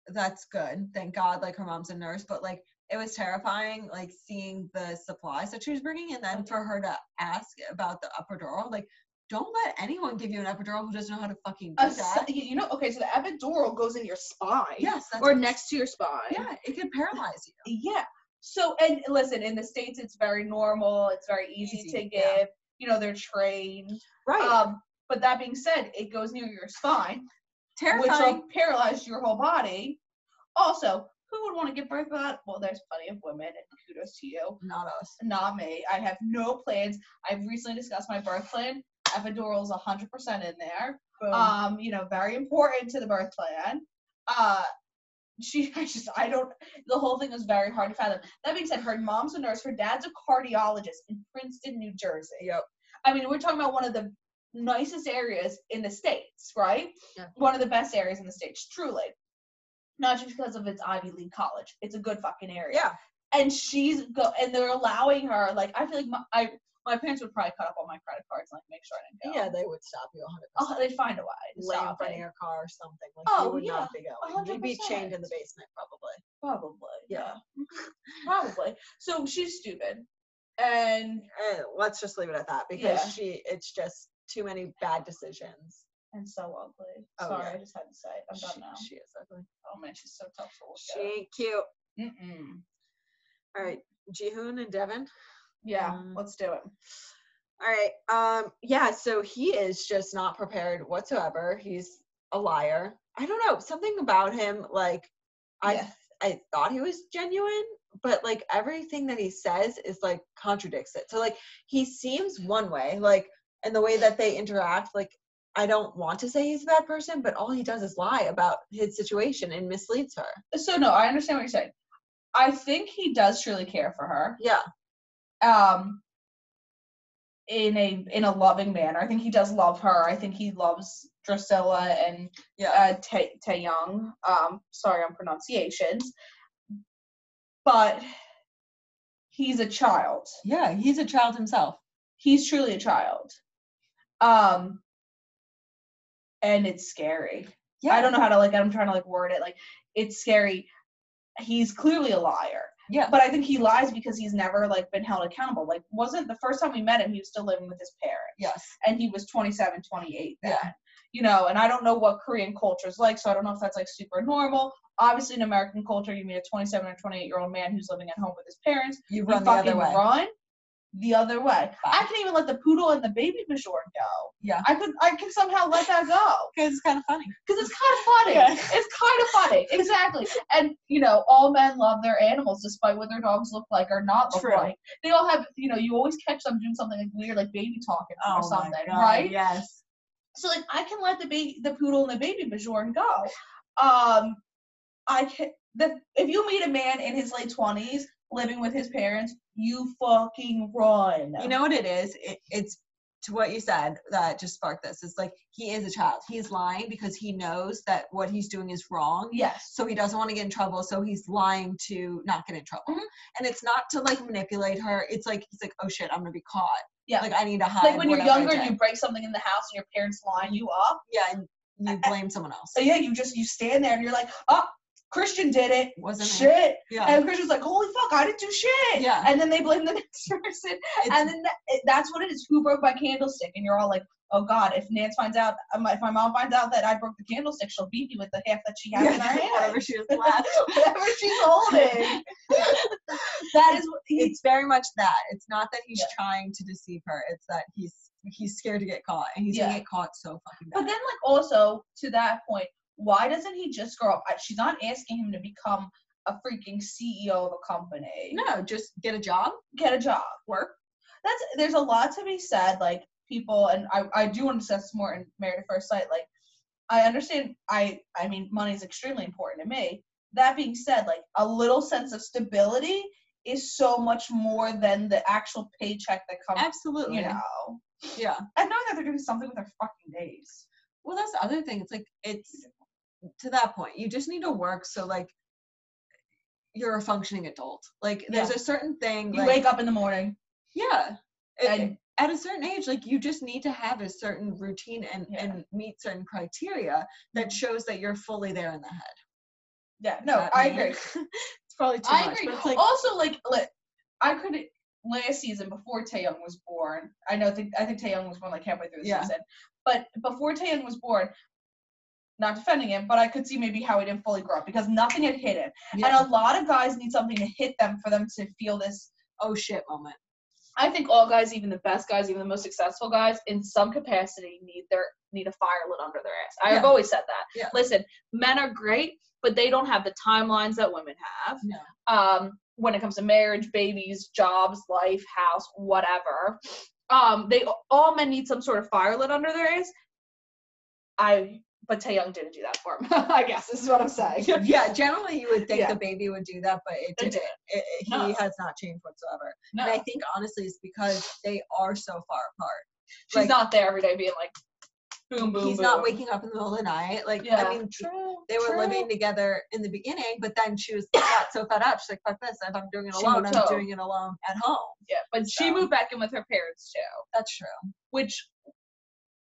S2: that's good thank god like her mom's a nurse but like it was terrifying like seeing the supplies that she was bringing and then for her to ask about the epidural like don't let anyone give you an epidural who doesn't know how to fucking do
S4: A se-
S2: that
S4: you know, okay. So the epidural goes in your spine.
S2: yes that's
S3: or next to your spine.
S2: Yeah, it could paralyze you.
S4: Yeah. So and listen, in the states, it's very normal. It's very easy,
S2: Easy,
S4: to give.
S2: yeah.
S4: You know, they're trained.
S2: Right.
S4: Um, but that being said, it goes near your spine, which
S2: Terrifying.
S4: will paralyze your whole body. Also, who would want to give birth without? Well, there's plenty of women, and kudos to you.
S2: Not us.
S4: Not me. I have no plans. I've recently discussed my birth plan. Epidural's 100% in there.
S2: Uh,
S4: Um, you know, very important to the birth plan. Uh, she, [LAUGHS] I just, I don't. The whole thing was very hard to fathom. That being said, her mom's a nurse. Her dad's a cardiologist in Princeton, New Jersey.
S2: yep.
S4: I mean, we're talking about one of the nicest areas in the states, right?
S2: Yeah.
S4: One of the best areas in the states, truly. Not just because of its Ivy League college. It's a good fucking area.
S2: Yeah.
S4: And she's go, and they're allowing her. Like, I feel like my, I, my parents would probably cut up all my credit cards and like make sure I didn't go.
S2: Yeah, they would stop you 100%.
S4: Oh, they'd find a way. to
S2: Lay in
S4: stop
S2: front of
S4: it.
S2: your car or something. Like,
S4: Oh,
S2: you would not be going. You'd be
S4: 100%.
S2: chained in the basement, probably.
S4: Probably.
S2: Yeah.
S4: [LAUGHS] Probably. So she's stupid. And
S2: Eh, let's just leave it at that because
S4: Yeah.
S2: she, it's just too many bad decisions.
S4: and so ugly.
S2: Oh,
S4: Sorry,
S2: yeah.
S4: I just had to say it. I'm
S2: She,
S4: done now.
S2: she is ugly.
S4: oh man, she's so tough to look
S2: She ain't cute.
S4: at. Mm-mm.
S2: All right. Jihoon and Devin.
S4: Yeah,
S2: Mm.
S4: let's do it.
S2: All right. Um, yeah, so he is just not prepared whatsoever. He's a liar. I don't know, something about him, like I
S4: Yeah.
S2: I thought he was genuine, but like everything that he says is like contradicts it. So like he seems one way, like and the way that they interact, like I don't want to say he's a bad person, but all he does is lie about his situation and misleads her.
S4: So no, I understand what you're saying. I think he does truly care for her.
S2: Yeah.
S4: Um,
S3: in a in a loving manner. I think he does love her. I think he loves Drusilla and
S4: Yeah.
S3: uh, Tae Tae Young. Um, sorry on pronunciations, but he's a child.
S4: Yeah, he's a child himself.
S3: He's truly a child. Um, and it's scary.
S4: Yeah.
S3: I don't know how to like. I'm trying to like word it. Like, it's scary. He's clearly a liar.
S4: Yeah.
S3: But I think he lies because he's never like been held accountable. Like, wasn't the first time we met him, he was still living with his parents,
S4: Yes.
S3: and he was 27, 28 then.
S4: Yeah.
S3: You know, and I don't know what Korean culture is like, so I don't know if that's like super normal. Obviously, in American culture, you meet a 27 or 28 year old man who's living at home with his parents.
S4: You
S3: You
S4: run the
S3: fucking
S4: other way.
S3: run the other way. I
S4: Bye.
S3: can even let the poodle and the baby Bajorn go.
S4: Yeah.
S3: I could, I can somehow let that go
S4: Because it's kind of funny.
S3: because it's kind of funny.
S4: Yeah.
S3: It's kind of funny, exactly. And you know, all men love their animals, despite what their dogs look like or not look
S4: True.
S3: like. They all have, you know, you always catch them doing something like weird, like baby talking or
S4: Oh
S3: something, right?
S4: Yes.
S3: So like, I can let the baby, the poodle, and the baby Bajorn go. Um, I can. The, if you meet a man in his late twenties living with his parents, you fucking run.
S4: You know what it is? It, it's to what you said that just sparked this. It's like he is a child. He's lying because he knows that what he's doing is wrong.
S3: Yes.
S4: So he doesn't want to get in trouble. So he's lying to not get in trouble.
S3: Mhm.
S2: Mm-hmm.
S4: And it's not to like manipulate her. It's like he's like, oh shit, I'm gonna be caught.
S3: Yeah.
S4: Like I need to hide.
S3: Like when you're
S4: whatever I
S3: younger and
S4: did.
S3: you break something in the house and your parents line you up.
S4: yeah, and you blame someone else.
S3: So yeah, you just you stand there and you're like, oh, Christian did it.
S4: Wasn't it?
S3: Shit.
S4: Yeah.
S3: And Christian's like, holy fuck, I didn't do shit.
S4: Yeah.
S3: And then they blame the [LAUGHS] next person.
S4: It's-
S3: And then that, it- that's what it is. Who broke my candlestick? And you're all like, oh God, if Nance finds out, uh, my- if my mom finds out that I broke the candlestick, she'll beat me with the half that she has in her
S4: yeah,
S3: hand.
S4: [LAUGHS] whatever she was left.
S3: Whatever she's holding.
S4: [LAUGHS]
S3: that is what he,
S4: It's very much that. It's not that he's
S3: Yeah.
S4: trying to deceive her. It's that he's he's scared to get caught, and he's
S3: Yeah.
S4: gonna get caught so fucking
S3: But
S4: bad.
S3: then, like, also to that point, why doesn't he just grow up? I- She's not asking him to become a freaking CEO of a company.
S4: no, just get a job.
S3: Get a job.
S4: Work.
S3: That's there's a lot to be said. Like people, and I, I do want to discuss more in Married at First Sight. Like I understand. I I mean, money's extremely important to me. That being said, like a little sense of stability is so much more than the actual paycheck that comes.
S4: Absolutely.
S3: You know,
S4: Yeah.
S3: and knowing that they're doing something with their fucking days.
S4: Well, that's the other thing. It's like it's to that point. You just need to work so like you're a functioning adult. Like there's a certain thing.
S3: You
S4: like,
S3: wake up in the morning
S4: Yeah. It-
S3: and
S4: at a certain age, like you just need to have a certain routine and,
S3: Yeah.
S4: and meet certain criteria that shows that you're fully there in the head.
S3: Yeah,
S4: Does
S3: no,
S4: that
S3: I
S4: mean-
S3: agree.
S4: [LAUGHS] it's probably too
S3: I
S4: much.
S3: agree. Oh,
S4: But it's like,
S3: also, like, li- I could last season before Taeyong was born. I know, think I think Taeyong was born like halfway through the
S4: Yeah.
S3: season, but before Taeyong was born, not defending him, but I could see maybe how he didn't fully grow up because nothing had hit him,
S4: yeah.
S3: and a lot of guys need something to hit them for them to feel this.
S4: oh shit
S3: [LAUGHS]
S4: moment.
S3: I think all guys, even the best guys, even the most successful guys, in some capacity, need their need a fire lit under their ass. I've
S4: Yeah.
S3: always said that.
S4: Yeah.
S3: Listen, men are great, but they don't have the timelines that women have
S4: No.
S3: um, when it comes to marriage, babies, jobs, life, house, whatever. Um, they all men need some sort of fire lit under their ass. I but Taeyong didn't do that for him. [LAUGHS] I guess this is what I'm
S4: [LAUGHS]
S3: saying.
S4: yeah, generally you would think
S3: Yeah.
S4: the baby would do that, but it
S3: It
S4: didn't.
S3: didn't.
S4: It, it-
S3: No.
S4: He has not changed whatsoever.
S3: No,
S4: And I think honestly, it's because they are so far apart.
S3: she's
S4: like-
S3: not there every day being like, boom, boom,
S4: He's
S3: boom.
S4: not waking up in the middle of the night. Like
S3: Yeah.
S4: I mean,
S3: True,
S4: they were
S3: true.
S4: living together in the beginning, but then she was got so fed up. She's like, "Fuck this! If I'm doing it
S3: She
S4: alone, I'm
S3: moved home.
S4: doing it alone at home."
S3: Yeah, but she
S4: So.
S3: moved back in with her parents too,
S4: That's true.
S3: which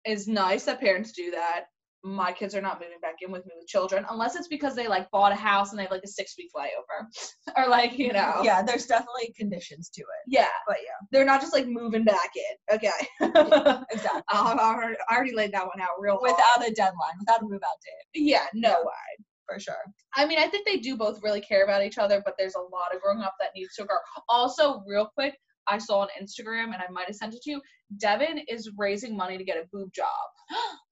S3: is nice that parents do that. My kids are not moving back in with me with children unless it's because they like bought a house and they have like a six week flyover, [LAUGHS] or like you know.
S4: Yeah, there's definitely conditions to it.
S3: Yeah,
S4: But
S3: they're not just like moving back in. Okay. [LAUGHS]
S4: Yeah. Exactly.
S3: I already- I already laid that one out real long.
S4: Without a deadline, without a move out date,
S3: yeah, no way.
S4: for sure.
S3: I mean, I think they do both really care about each other, but there's a lot of growing up that needs to occur. Also, real quick, I saw on Instagram, and I might have sent it to you. Devin is raising money to get a boob job.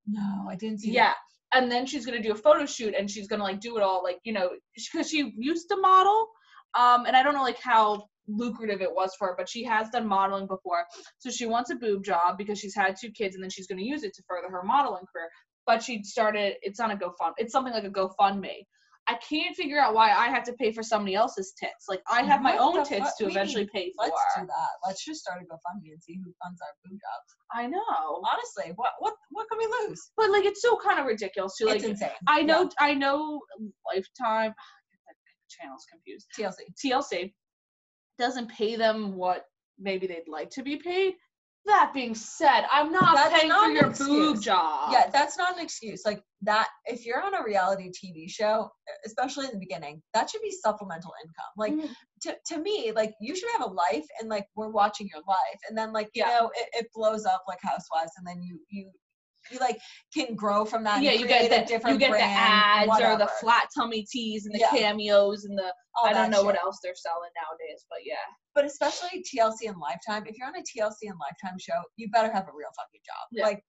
S4: No, I didn't see.
S3: Yeah. And then she's gonna do a photo shoot, and she's gonna like do it all, like you know, because she used to model, um, and I don't know like how lucrative it was for her, but she has done modeling before, so she wants a boob job because she's had two kids, and then she's gonna use it to further her modeling career. But she started, it's not a GoFund, it's something like a GoFundMe, I can't figure out why I have to pay for somebody else's tits. Like I have my
S2: What
S3: own
S2: the
S3: tits
S2: fuck?
S3: to
S2: We
S3: eventually pay for.
S2: Let's do that. Let's just start a GoFundMe and see who funds our boob jobs.
S3: I know,
S2: Honestly, what what what can we lose?
S3: but like it's so kind of ridiculous too. Like
S2: it's insane.
S3: I know, I know, Lifetime ah, channels confused.
S2: Yeah, TLC.
S3: TLC doesn't pay them what maybe they'd like to be paid. That being said, I'm not
S2: That's
S3: paying
S2: not
S3: for
S2: an
S3: your
S2: excuse.
S3: boob job.
S2: Yeah, that's not an excuse. Like that, if you're on a reality TV show, especially in the beginning, that should be supplemental income. Like
S3: Mhm.
S2: to, to me, like you should have a life, and like we're watching your life, and then like you
S3: Yeah.
S2: know it, it blows up like Housewives, and then you you you like can grow from that. and
S3: yeah, you
S2: create
S3: get
S2: a
S3: the
S2: different
S3: you get the
S2: brand,
S3: ads or the
S2: whatever.
S3: flat tummy tees and the
S2: Yeah.
S3: cameos and the
S2: All
S3: I
S2: that
S3: don't know
S2: shit.
S3: what else they're selling nowadays, but yeah.
S2: but especially TLC and Lifetime. If you're on a TLC and Lifetime show, you better have a real fucking job.
S3: Yeah.
S2: Like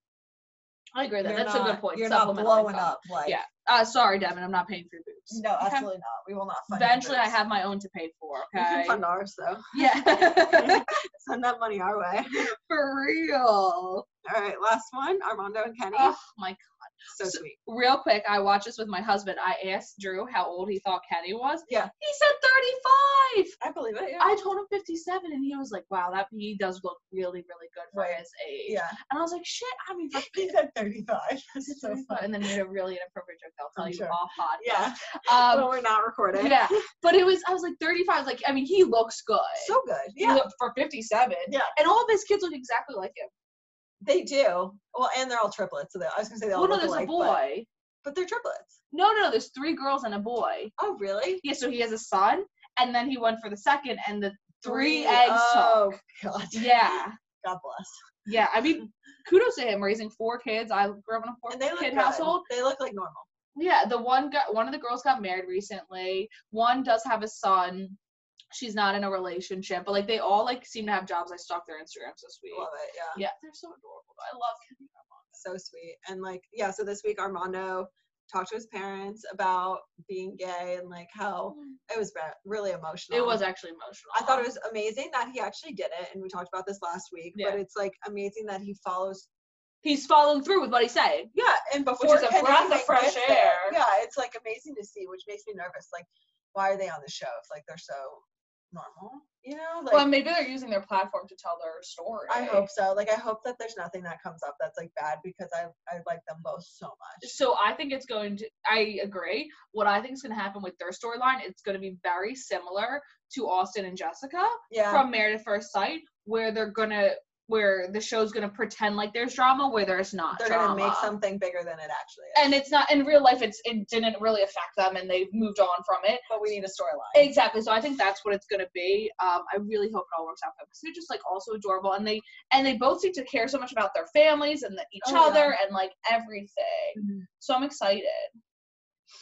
S3: I agree with that
S2: you're
S3: that's
S2: not,
S3: a good point.
S2: You're not
S3: Supplemental
S2: blowing
S3: income.
S2: up. Like
S3: Yeah. Uh, sorry, Devin, I'm not paying for your boobs.
S2: no,
S3: Okay?
S2: absolutely not. We will not. fund your
S3: Eventually, I
S2: boobs.
S3: have my own to pay
S2: [LAUGHS]
S3: for.
S4: You can
S3: Okay.
S4: fund ours though.
S3: Yeah,
S4: Send that money our way. [LAUGHS]
S3: for real.
S4: All right, last one. Armando and Kenny.
S3: Oh my
S4: so
S3: so-
S4: sweet.
S3: real quick, I watched this with my husband. I asked Drew how old he thought Kenny was.
S4: Yeah.
S3: He said 35.
S4: I believe it. Yeah.
S3: I told him 57, and he was like, wow, that he does look really, really good for
S2: Right.
S3: his age.
S4: [LAUGHS] yeah.
S3: And I was like, shit, I mean, for
S4: [LAUGHS] He's at 35. [LAUGHS] That's so
S3: 35.
S4: fun.
S3: And then we had a really inappropriate joke that I'll tell
S4: I'm
S3: you
S4: sure.
S3: off hot.
S4: Yeah.
S3: [LAUGHS] Um,
S4: when we're not recording.
S3: yeah. But it was, I was like, 35. Like, I mean, he looks good.
S4: So good.
S3: He
S4: Yeah.
S3: looked- for 57.
S4: Yeah.
S3: And all of his kids look exactly like him.
S4: They do. Well, and they're all triplets. So they, I was gonna say they all
S3: well, no,
S4: look
S3: there's
S4: alike,
S3: a
S4: but-
S3: boy.
S4: but they're triplets.
S3: No, no, no, there's three girls and a boy.
S4: Oh, really?
S3: Yeah, so he has a son, and then he went for the second, and the three,
S4: Three-
S3: eggs
S4: oh,
S3: took.
S4: God.
S3: Yeah,
S4: [LAUGHS] God bless.
S3: yeah. I mean, kudos to him raising four kids. I grew up in a four
S4: And they look
S3: kid
S4: good.
S3: household.
S4: They look like normal.
S3: Yeah, the one got one of the girls got married recently. One does have a son. She's not in a relationship, but like they all like seem to have jobs. I stalked their Instagrams this week.
S4: Love it. Yeah.
S3: Yeah, they're so adorable. I love Kenny.
S4: So sweet. And like, yeah. So this week Armando talked to his parents about being gay and like how it was re- really emotional.
S3: It was actually emotional.
S4: Oh. I thought it was amazing that he actually did it, and we talked about this last week.
S3: Yeah.
S4: But it's like amazing that he follows
S3: He's following through with what he's saying.
S4: Yeah, and before
S3: is a
S4: Kenny
S3: breath of
S4: even
S3: fresh
S4: gets there.
S3: air.
S4: Yeah, it's like amazing to see, which makes me nervous. Like, why are they on the show if like they're so normal? You know, like
S3: well, maybe they're using their platform to tell their story.
S4: I hope so. Like I hope that there's nothing that comes up that's like bad because I I like them both so much.
S3: So I think it's going to. I agree. What I think is going to happen with their storyline, it's going to be very similar to Austin and Jessica
S4: Yeah,
S3: from Married at First Sight, where they're gonna, where the show's going to pretend like there's drama where there's not.
S4: they're gonna make
S3: drama.
S4: something bigger than it actually is.
S3: And it's not in real life. It's it didn't really affect them, and they moved on from it.
S4: but we need a storyline.
S3: Exactly. So I think that's what it's going to be. Um, I really hope it all works out for them because they're just like also adorable, and they and they both seem to care so much about their families and the, each
S4: Oh, yeah. Mm-hmm.
S3: other and like everything. So I'm excited.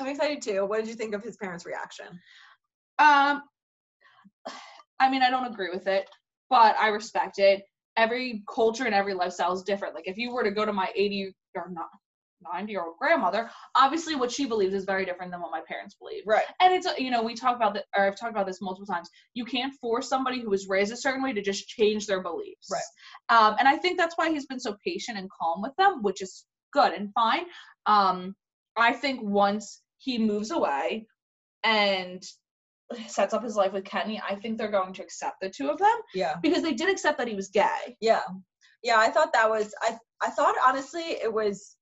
S4: I'm excited too. What did you think of his parents' reaction?
S3: Um, I mean, I don't agree with it, but I respect it. Every culture and every lifestyle is different. Like, if you were to go to my 80 or not 90 year old grandmother, obviously what she believes is very different than what my parents believe.
S4: Right.
S3: And it's, you know, we talk about that, or I've talked about this multiple times. You can't force somebody who was raised a certain way to just change their beliefs.
S4: Right.
S3: Um, and I think that's why he's been so patient and calm with them, which is good and fine. Um, I think once he moves away and sets up his life with Kenny, I think they're going to accept the two of them
S4: Yeah.
S3: because they did accept that he was gay.
S4: Yeah. Yeah, I thought that was I I thought honestly it was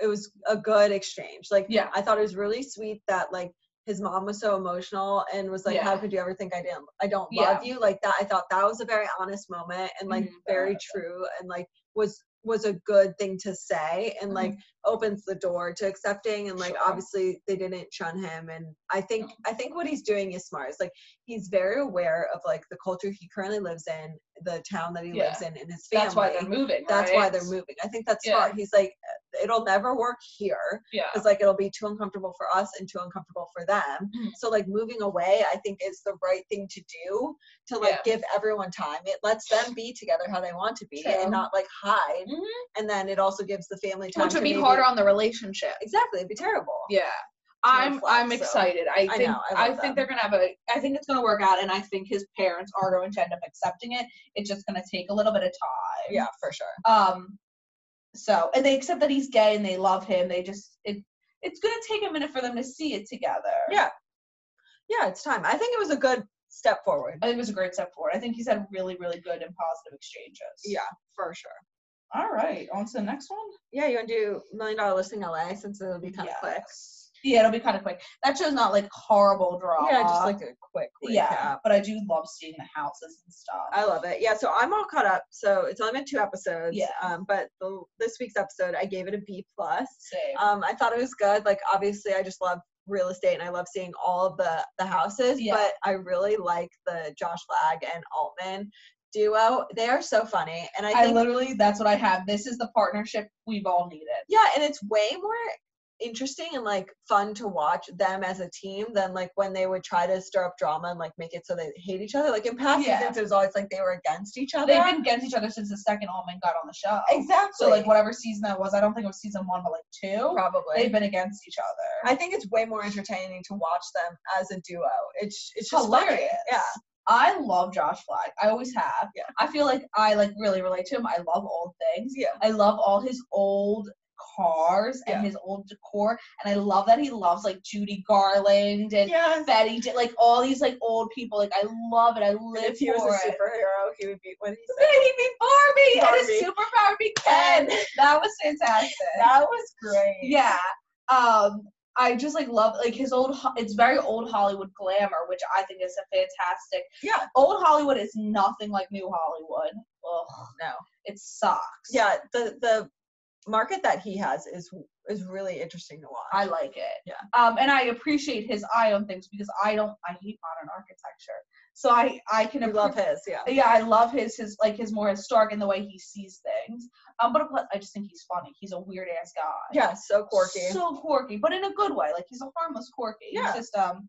S4: it was a good exchange. Like
S3: Yeah.
S4: I thought it was really sweet that like his mom was so emotional and was like, How
S3: Yeah.
S4: could you ever think I didn't I don't
S3: Yeah.
S4: love you? Like that I thought that was a very honest moment and like
S3: Mhm.
S4: very true and like was was a good thing to say and
S3: Mhm.
S4: like opens the door to accepting and like
S3: Sure.
S4: obviously they didn't shun him and I think I think what he's doing is smart. It's like he's very aware of like the culture he currently lives in, the town that he
S3: Yeah.
S4: lives in and his family
S3: That's why they're moving.
S4: that's why
S3: right?
S4: they're moving. I think that's
S3: Yeah.
S4: smart. He's like, "Uh, it'll never work here
S3: Yeah.
S4: because like it'll be too uncomfortable for us and too uncomfortable for them.
S3: Mhm.
S4: So like moving away, I think is the right thing to do to like give everyone time. It lets them be together how they want to be
S3: True.
S4: and not like hide.
S3: Mhm.
S4: And then it also gives the family time,
S3: Which would
S4: to
S3: be
S4: maybe-
S3: harder on the relationship.
S4: Exactly, it'd be terrible.
S3: Yeah.
S4: more
S3: I'm
S4: flat,
S3: I'm
S4: so-
S3: excited. I
S4: I
S3: think I,
S4: know, I
S3: think
S4: love them.
S3: they're gonna have a I think it's gonna work out and I think his parents are going to end up accepting it. It's just gonna take a little bit of time.
S4: Yeah, for sure.
S3: Um so and they accept that he's gay and they love him. They just it it's gonna take a minute for them to see it together.
S4: Yeah. Yeah, it's time. I think it was a good step forward.
S3: I think it was a great step forward. I think he's had really, really good and positive exchanges.
S4: Yeah, for sure.
S3: All right. On to the next one.
S4: Yeah, you want to do Million Dollar Listing LA since it'll be kind of quick.
S3: Yes. Yeah, it'll be kind of quick. That show's not like horrible drama.
S4: Yeah, just like a quick recap.
S3: yeah. But I do love seeing the houses and stuff.
S4: I love it. Yeah, so I'm all caught up. So it's only been two episodes.
S3: Yeah.
S4: Um, but the, this week's episode, I gave it a B plus.
S3: Same.
S4: Um, I thought it was good. Like obviously, I just love real estate and I love seeing all of the the houses.
S3: Yeah.
S4: But I really like the Josh Flagg and Altman duo. They are so funny, and I
S3: I,
S4: think
S3: literally, that's what I have. This is the partnership we've all needed.
S4: yeah, and it's way more interesting and like fun to watch them as a team than like when they would try to stir up drama and like make it so they hate each other. Like in past
S3: Yeah.
S4: seasons, it was always like they were against each other.
S3: They've been against each other since the second Almond got on the show.
S4: exactly.
S3: So like whatever season that was, I don't think it was season one, but like two.
S4: probably.
S3: They've been against each other.
S4: I think it's way more entertaining to watch them as a duo. It's it's
S3: It's
S4: just funny.
S3: hilarious.
S4: Yeah.
S3: I love Josh Flagg. I always have.
S4: Yeah.
S3: I feel like I like really relate to him. I love old things.
S4: Yeah.
S3: I love all his old cars and
S4: Yeah.
S3: his old decor. And I love that he loves like Judy Garland and
S4: Yes.
S3: Betty did like all these like old people. Like I love it. I
S4: And
S3: live
S4: if he was
S3: for
S4: a
S3: it.
S4: superhero, he would be what did he
S3: [LAUGHS]
S4: say.
S3: Baby be Barbie, and
S4: Barbie.
S3: his superpower
S4: [LAUGHS]
S3: be Ken. that was fantastic.
S4: That was great.
S3: yeah. Um, I just like love like his old. Ho- It's very old Hollywood glamour, which I think is a fantastic.
S4: Yeah.
S3: Old Hollywood is nothing like new Hollywood. Ugh,
S4: No.
S3: it sucks.
S4: Yeah, the the market that he has is is really interesting to watch.
S3: I like it.
S4: Yeah.
S3: Um, and I appreciate his eye on things because I don't. I hate modern architecture, so I I can
S4: I love his, yeah.
S3: yeah, I love his his like his more historic in the way he sees things. Um, but plus, I just think he's funny. He's a weird ass guy.
S4: Yeah, so quirky.
S3: So quirky, but in a good way. Like he's a harmless quirky.
S4: Yeah.
S3: He's just um,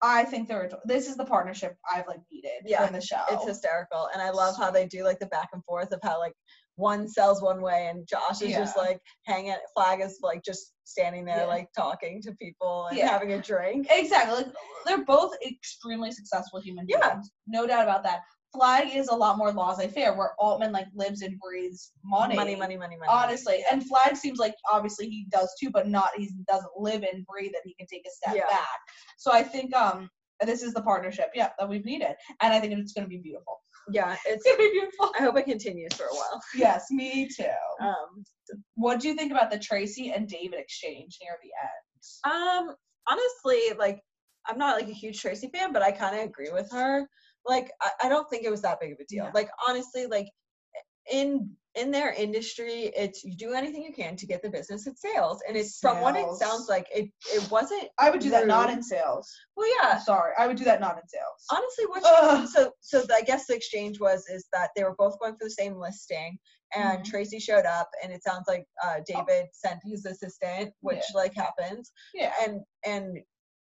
S3: I think they're ador- this is the partnership I've like needed
S4: Yeah,
S3: in the show.
S4: it's hysterical. And I love how they do like the back and forth of how like one sells one way and Josh is just
S3: Yeah.
S4: like hanging flag is like just standing there
S3: Yeah.
S4: like talking to people and
S3: Yeah.
S4: having a drink.
S3: exactly. Like, they're both extremely successful human beings.
S4: Yeah.
S3: No doubt about that. Flag is a lot more laissez-faire, where Altman like lives and breathes money.
S4: money, money, money, money.
S3: honestly. And Flag seems like obviously he does too, but not he doesn't live and breathe that he can take a step
S4: Yeah.
S3: back. So I think um this is the partnership, yeah, that we've needed, and I think it's going to be beautiful.
S4: yeah, it's
S3: [LAUGHS] It's going to be beautiful.
S4: I hope it continues for a while.
S3: yes, me too.
S4: Um
S3: what do you think about the Tracy and David exchange near the end?
S4: Um, honestly, like I'm not like a huge Tracy fan, but I kind of agree with her. Like I, I don't think it was that big of a deal.
S3: No.
S4: Like honestly, like in in their industry, it's you do anything you can to get the business at sales, and it's from what it
S3: Sales.
S4: sounds like, it it wasn't.
S3: I would do that not
S4: Rude.
S3: in sales.
S4: Well, yeah.
S3: I'm sorry, I would do that not in sales.
S4: Honestly, what
S3: Ugh.
S4: she, Oh, so so the, I guess the exchange was is that they were both going for the same listing, and
S3: Mhm.
S4: Tracy showed up, and it sounds like uh, David sent his assistant, which
S3: Yeah.
S4: like happens,
S3: yeah,
S4: and and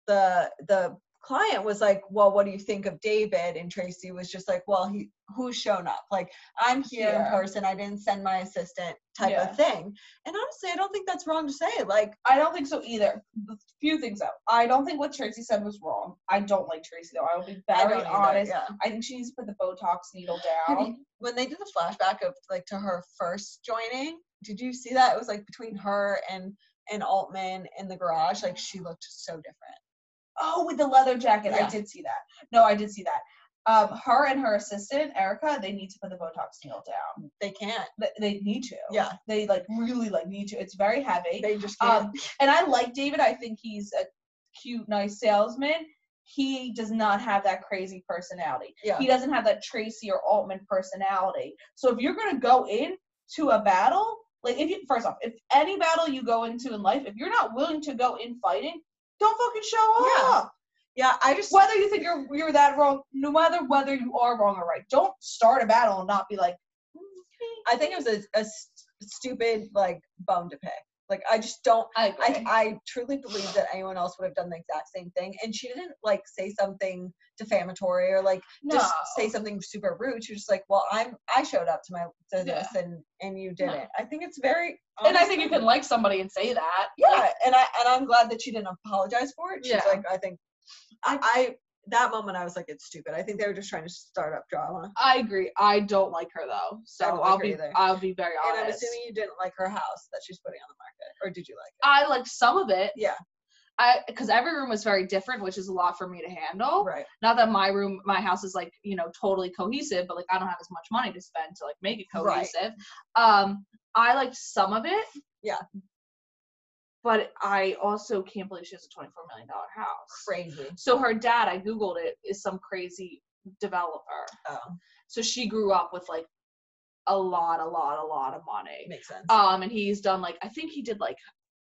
S4: the the client was like well what do you think of david and tracy was just like well he who's shown up like i'm here
S3: Yeah.
S4: in person i didn't send my assistant type
S3: Yeah.
S4: of thing and honestly i don't think that's wrong to say like
S3: I don't think so either. A few things though. I don't think what Tracy said was wrong. I don't like Tracy though. I will be
S4: I
S3: very
S4: don't either,
S3: honest.
S4: yeah.
S3: I think she needs to put the Botox needle
S4: Have
S3: down.
S4: you- when they did the flashback of like to her first joining did you see that it was like between her and and altman in the garage like she looked so different
S3: Oh, with the leather jacket. I
S4: Yeah.
S3: did see that. No, I did see that. Um, her and her assistant, Erica, they need to put the Botox needle down.
S4: they can't
S3: They, they need to.
S4: Yeah.
S3: They like really like need to. It's very heavy.
S4: they just can't
S3: Um, and I like David. I think he's a cute, nice salesman. He does not have that crazy personality.
S4: yeah
S3: He doesn't have that Tracy or Altman personality. So if you're gonna go in to a battle, like if you first off, if any battle you go into in life, if you're not willing to go in fighting, don't fucking show
S4: Yeah.
S3: up.
S4: yeah i just
S3: Whether you think you're you're that wrong, no matter whether you are wrong or right, don't start a battle and not be like, "Mm,
S4: I think it was a, a s- stupid like bone to pick. Like I just don't.
S3: I
S4: I I truly believe that anyone else would have done the exact same thing. And she didn't like say something defamatory or like just say something super rude. She was just like, "Well, I'm I showed up to my to this and and you didn't." I think it's very.
S3: and I
S4: honest
S3: think you
S4: of
S3: can
S4: her.
S3: like somebody and say that.
S4: Yeah, and I and I'm glad that she didn't apologize for it. She's
S3: Yeah.
S4: like, I think I. I that moment I was like, it's stupid. I think they were just trying to start up drama.
S3: I agree. I don't like her though,
S4: I
S3: so
S4: don't like
S3: I'll
S4: her
S3: be
S4: either.
S3: I'll be very honest.
S4: And I'm assuming you didn't like her house that she's putting on the market, or did you like
S3: I liked some of it.
S4: Yeah.
S3: I because every room was very different, which is a lot for me to handle.
S4: it? Right.
S3: Not that my room, my house is like you know totally cohesive, but like I don't have as much money to spend to like make it
S4: Right.
S3: cohesive. Um, I liked some of it.
S4: Yeah.
S3: But I also can't believe she has a twenty-four million dollar house.
S4: Crazy.
S3: So her dad, I googled it, is some crazy developer.
S4: Oh,
S3: So she grew up with like a lot, a lot, a lot of money.
S4: makes sense.
S3: Um, and he's done like I think he did like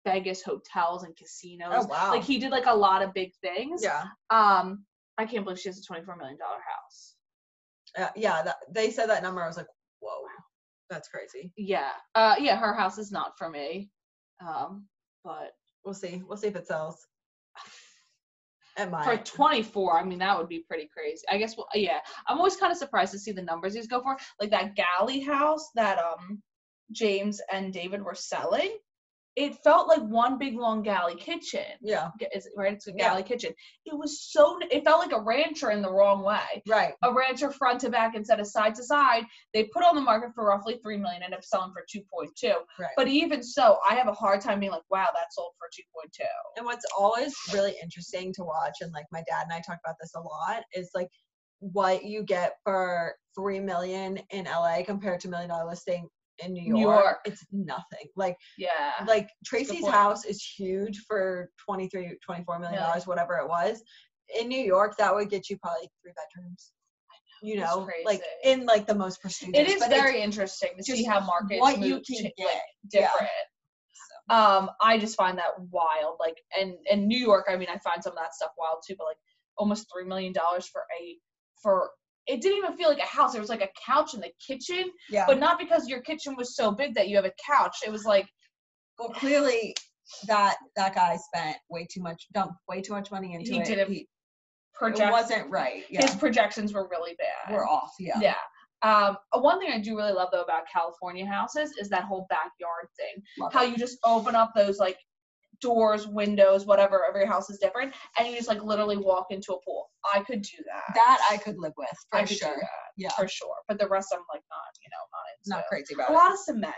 S3: Vegas hotels and casinos.
S4: oh wow.
S3: Like he did like a lot of big things.
S4: yeah.
S3: Um, I can't believe she has a twenty-four million dollar house.
S4: Uh, yeah. That, they said that number. I was like, whoa, that's crazy.
S3: Yeah. Uh, yeah, her house is not for me. Um, but
S4: We'll see. We'll see if it sells. [LAUGHS] At mine.
S3: for twenty-four, I mean that would be pretty crazy. I guess. Well, yeah, I'm always kind of surprised to see the numbers these go for.
S5: like that galley house that um James and David were selling,
S3: It felt like one big long galley kitchen.
S4: yeah.
S3: G- Is it right? It's a
S4: Yeah.
S3: galley kitchen. It was so. It felt like a rancher in the wrong way.
S4: Right.
S3: A rancher front to back instead of side to side. They put on the market for roughly three million, ended up selling for two point two.
S4: Right.
S3: But even so, I have a hard time being like, wow, that sold for 2.2.
S4: And what's always really interesting to watch, and like my dad and I talk about this a lot, is like what you get for three million in LA compared to million dollar listing in New York.
S3: New York.
S4: It's nothing. Like
S3: Yeah.
S4: like Tracy's
S3: point.
S4: house is huge for 23, 24 million dollars, whatever it was. In New York, that would get you probably three bedrooms. You
S3: it's
S4: know, like
S3: crazy.
S4: in like the most prestigious.
S3: It is
S4: but it's
S3: very interesting to see
S4: just
S3: how markets
S4: what you
S3: move
S4: can
S3: to-
S4: get.
S3: like,
S4: Yeah.
S3: different. Um, I just find that wild. Like, and and New York, I mean, I find some of that stuff wild too. But like, almost three million dollars for a for it didn't even feel like a house. There was like a couch in the kitchen,
S4: yeah.
S3: but not because your kitchen was so big that you have a couch. It was like,
S4: well clearly that that guy spent way too much dumped way too much money into
S3: He
S4: it.
S3: didn't project-
S4: it wasn't right. Yeah.
S3: His projections were really bad.
S4: we're off. Yeah.
S3: Yeah. Um, one thing I do really love though about California houses is that whole backyard thing.
S4: Love
S3: How
S4: it.
S3: you just open up those like doors, windows, whatever. Every house is different, and you just like literally walk into a pool. I could do that.
S4: that I could live with for
S3: I could do
S4: sure.
S3: that
S4: Yeah.
S3: for sure. But the rest, I'm like not, you know, not
S4: Not
S3: into.
S4: crazy about
S3: a
S4: it.
S3: lot of cement.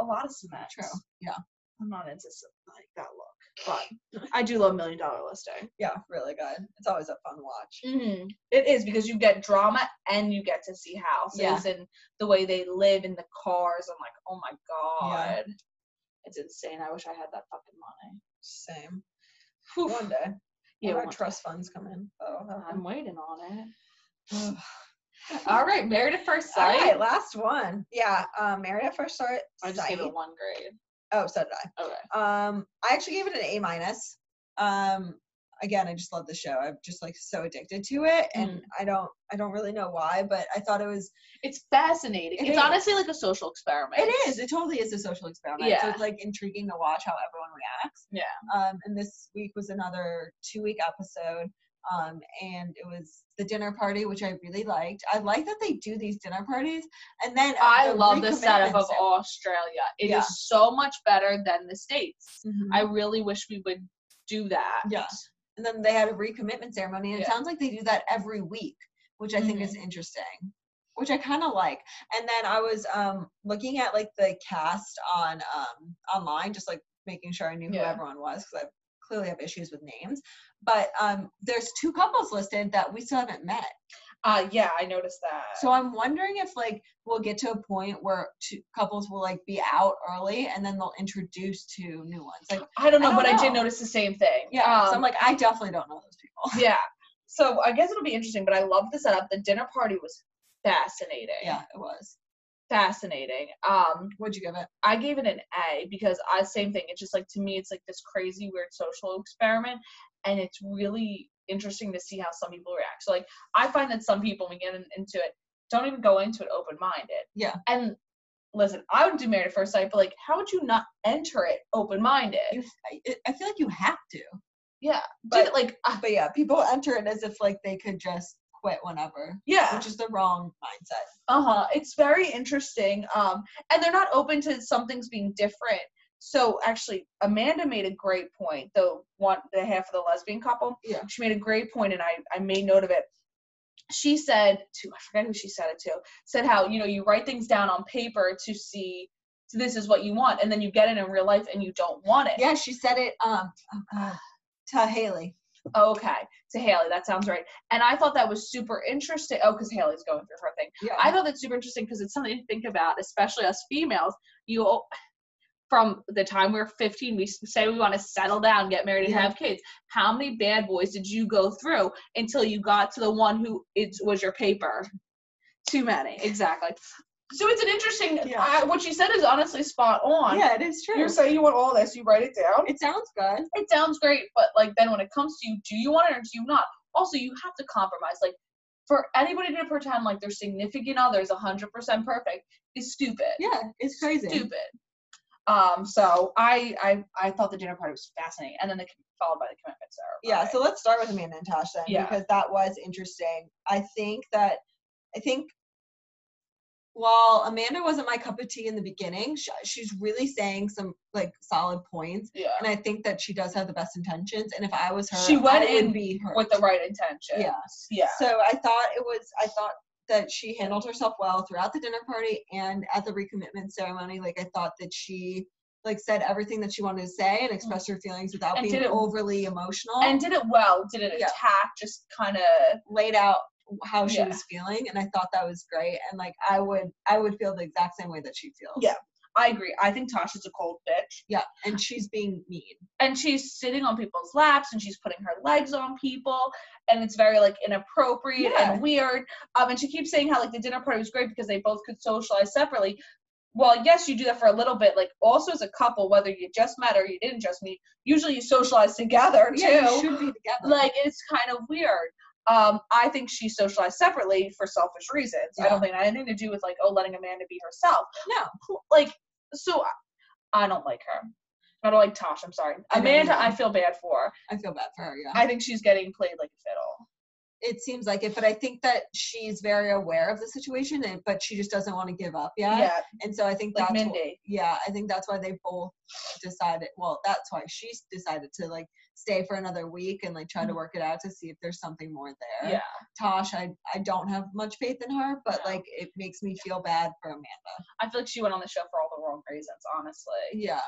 S3: A lot of cement.
S4: True. Yeah.
S3: I'm not into some, like that look, but I do love Million Dollar Listing.
S4: Yeah. Really good. It's always a fun watch.
S3: Mhm. It is because you get drama and you get to see houses
S4: Yeah.
S3: and the way they live in the cars. I'm like, oh my
S4: Yeah.
S3: god, it's insane. I wish I had that fucking money.
S4: Same.
S3: Whew.
S4: One day.
S3: Yeah,
S4: when our
S3: one- Uh,
S4: trust funds come in. Oh, that'll happen.
S3: I'm waiting on
S4: Ugh.
S3: it. [SIGHS] All right, Married at First
S4: All
S3: Sight.
S4: right, last one. Yeah, um, Married at First Sight.
S3: I just gave
S4: Sight.
S3: it one grade.
S4: Oh, so did I.
S3: Okay.
S4: Um, I actually gave it an A minus. Um, again, I just love the show. I'm just like so addicted to it, and
S3: Mm.
S4: I don't, I don't really know why, but I thought it was.
S3: It's fascinating.
S4: It
S3: it's
S4: is.
S3: honestly like a social experiment.
S4: It is. It totally is a social experiment. So
S3: Yeah.
S4: it's like intriguing to watch how everyone reacts.
S3: Yeah.
S4: Um, and this week was another two week episode. Um, and it was the dinner party, which I really liked. I like that they do these dinner parties, and then um,
S3: I love the setup of
S4: recommitments are-
S3: Australia. It is
S4: Yeah.
S3: so much better than the States.
S4: Mhm.
S3: I really wish we would do that.
S4: Yeah. and then they had a recommitment ceremony and it
S3: Yeah. Mm-hmm.
S4: sounds like they do that every week which i think is interesting which i kind of like and then i was um looking at like the cast on um online just like making sure i knew who
S3: Yeah.
S4: everyone was because i clearly have issues with names but um there's two couples listed that we still haven't met
S3: Uh, yeah, I noticed that.
S4: so i'm wondering if like we'll get to a point where two couples will like be out early and then they'll introduce two new ones like
S3: I don't
S4: I
S3: know,
S4: don't
S3: but I did
S4: know.
S3: notice the same thing.
S4: yeah so i'm
S3: Um,
S4: like i definitely don't know those people
S3: yeah. So I guess it'll be interesting, but I love the setup. The dinner party was fascinating. [LAUGHS]
S4: yeah it was
S3: Fascinating. Um,
S4: what'd you give it
S3: I gave it an A because I same thing. It's just like to me, it's like this crazy weird social experiment, and it's really interesting to see how some people react. So like I find that some people when we get in- into it don't even go into it open minded.
S4: Yeah.
S3: And listen, I would do married at first sight, but like how would you not enter it open minded?
S4: you, I, it- I feel like you have to.
S3: Yeah.
S4: but-
S3: Did it like uh,
S4: But yeah, people enter it as if like they could just quit whenever,
S3: yeah.
S4: which is the wrong mindset.
S3: Uh-huh. It's very interesting. Um, and they're not open to some things being different. So actually, Amanda made a great point. The one, the half of the lesbian couple.
S4: Yeah.
S3: She made a great point, and I I made note of it. She said to I forget who she said it to. Said how you know you write things down on paper to see so this is what you want, and then you get it in real life and you don't want it.
S4: Yeah, she said it. Um, oh God, to Haley.
S3: Okay. To Haley, that sounds right. And I thought that was super interesting. Oh, because Haley's going through her thing.
S4: Yeah,
S2: I thought that's super interesting because it's something to think about, especially us females. You, all- from the time we are 15, we s- say we want to settle down, get married, and
S4: Yeah.
S2: have kids. How many bad boys did you go through until you got to the one who it was your paper? Too many, exactly.
S3: So it's an interesting.
S4: Yeah.
S3: I, what she said is honestly spot on.
S4: yeah, it is true.
S3: You're saying you want all this, you write it down.
S4: it sounds good.
S3: It sounds great, but like then when it comes to you, do you want it or do you not? Also, you have to compromise. Like for anybody to pretend like their significant other is 100% perfect is stupid.
S4: Yeah, it's crazy.
S3: Stupid. Um. So I I I thought the dinner party was fascinating, and then the com- followed by the commitment ceremony.
S4: Yeah, so let's start with Amanda and Tosh then,
S3: Yeah.
S4: because that was interesting. I think that I think while Amanda wasn't my cup of tea in the beginning, sh she's really saying some like solid points,
S3: yeah.
S4: and I think that she does have the best intentions. And if I was her,
S3: She went
S4: I would
S3: in
S4: be her.
S3: With the right intention.
S4: Yeah.
S3: Yeah.
S4: So I thought it was. I thought that she handled herself well throughout the dinner party and at the recommitment ceremony. Like I thought that she like said everything that she wanted to say and expressed her feelings without
S3: And
S4: being
S3: did it-
S4: overly emotional.
S3: and did it well. Did it
S4: Yeah.
S3: attack? Just kind of
S4: laid out how she
S3: Yeah.
S4: was feeling and i thought that was great and like i would i would feel the exact same way that she feels
S3: Yeah. I agree. I think Tasha's a cold bitch.
S4: yeah and she's being mean
S3: And she's sitting on people's laps and she's putting her legs on people and it's very like inappropriate
S4: Yeah.
S3: and weird. Um and she keeps saying how like the dinner party was great because they both could socialize separately. Well, yes, you do that for a little bit. Like also as a couple, whether you just met or you didn't just meet, usually you socialize together too.
S4: yeah, you should be together
S3: like it's kind of weird. Um, I think she socialized separately for selfish reasons. I
S4: Yeah.
S3: don't think it had anything to do with like oh letting Amanda be herself.
S4: No.
S3: Who- like so I, I don't like her. I don't like Tosh. I'm sorry,
S4: I don't
S3: Amanda.
S4: either.
S3: I feel bad for.
S4: i feel bad for her yeah
S3: I think she's getting played like a fiddle.
S4: it seems like it but i think that she's very aware of the situation and but she just doesn't want to give up yet
S3: Yeah,
S4: and so i think
S3: like
S4: that's wh-
S3: Mindy.
S4: yeah i think that's why they both decided well that's why she decided to like stay for another week and like try to work it out to see if there's something more there
S3: Mm-hmm. Yeah,
S4: Tosh, I, I don't have much faith in her, but
S3: No.
S4: like it makes me feel bad for Amanda.
S3: I feel like she went on the show for all the wrong reasons. Honestly,
S4: Yeah.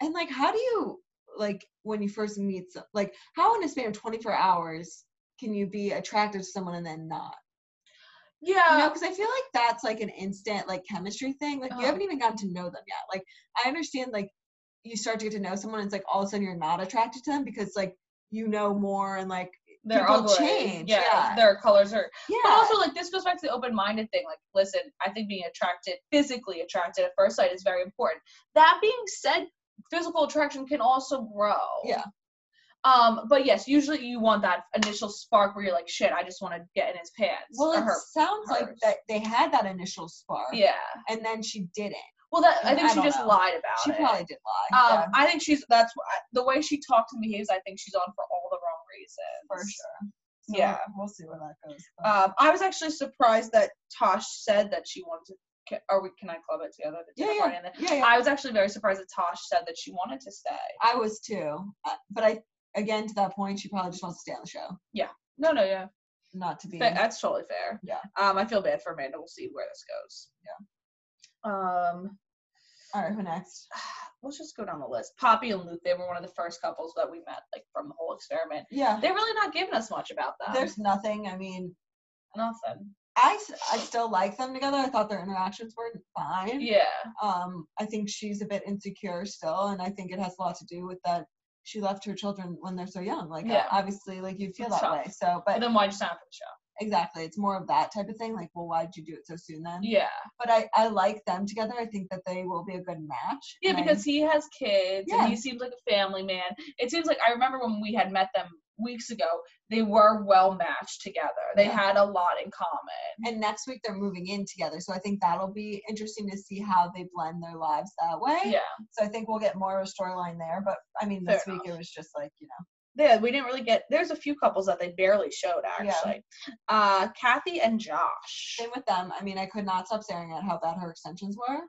S4: And like, how do you, like, when you first meet, some, like, how in a span of 24 hours can you be attracted to someone and then not?
S3: yeah.
S4: you know, because I feel like that's like an instant, like, chemistry thing. Like, you
S3: Oh.
S4: haven't even gotten to know them yet. Like, I understand, like, you start to get to know someone, and it's like all of a sudden you're not attracted to them because, like, you know more and like,
S3: They're
S4: people
S3: ugly.
S4: change,
S3: Yeah,
S4: yeah.
S3: their colors are.
S4: yeah.
S3: But also, like this goes back to the open-minded thing. Like, listen, I think being attracted, physically attracted at first sight, is very important. That being said, physical attraction can also grow.
S4: Yeah.
S3: Um, but yes, usually you want that initial spark where you're like, shit, I just want to get in his pants.
S4: well,
S3: or
S4: it
S3: her.
S4: sounds like
S3: hers.
S4: that they had that initial spark,
S3: Yeah.
S4: and then she didn't.
S3: Well, that I
S4: I
S3: think she
S4: don't
S3: just
S4: know.
S3: lied about
S4: She
S3: it.
S4: probably did lie.
S3: Um,
S4: yeah,
S3: I think she's that's wh- I- the way she talks and behaves. I think she's on for all the wrong reasons.
S4: for sure. So
S3: Yeah.
S4: we'll see where that goes. but-
S3: Um, I was actually surprised that Tosh said that she wanted to. Can, are we? Can I club it together? The
S4: Yeah,
S3: dinner party and the-
S4: yeah, yeah.
S3: I was actually very surprised that Tosh said that she wanted to stay.
S4: I was too, Uh, but I again to that point, she probably just wants to stay on the show,
S3: No, no, yeah,
S4: not to be.
S3: Fa- that's totally fair.
S4: Yeah.
S3: Um, I feel bad for Amanda. We'll see where this goes. Yeah. Um,
S4: All right, who next?
S3: let's just go down the list. Poppy and Luke. They were one of the first couples that we met, like from the whole experiment.
S4: Yeah,
S3: They're really not giving us much about that.
S4: there's nothing. I mean,
S3: nothing.
S4: I s- I still like them together. I thought their interactions were fine.
S3: Yeah.
S4: Um, I think she's a bit insecure still, and I think it has a lot to do with that. She left her children when they're so young. Like
S3: Yeah.
S4: obviously, like you feel
S3: It's
S4: that
S3: tough.
S4: way. So,
S3: But
S4: but
S3: then why just sign up for the
S4: exactly, it's more of that type of thing. Like, well, why did you do it so soon then?
S3: show? Yeah.
S4: but I, I like them together. I think that they will be a good match.
S3: Yeah,
S4: and I-
S3: because he has kids
S4: Yeah.
S3: and he seems like a family man. It seems like I remember when we had met them weeks ago, they were well matched together. They
S4: Yeah.
S3: had a lot in common.
S4: and next week they're moving in together, so I think that'll be interesting to see how they blend their lives that way.
S3: Yeah.
S4: So I think we'll get more of a storyline there. But I mean, this
S3: Fair
S4: week it was just like you know,
S3: Yeah, we didn't really get there's a few couples that they barely showed
S4: Yeah.
S3: actually. Uh Kathy and Josh.
S4: same with them. I mean, I could not stop staring at how bad her extensions were.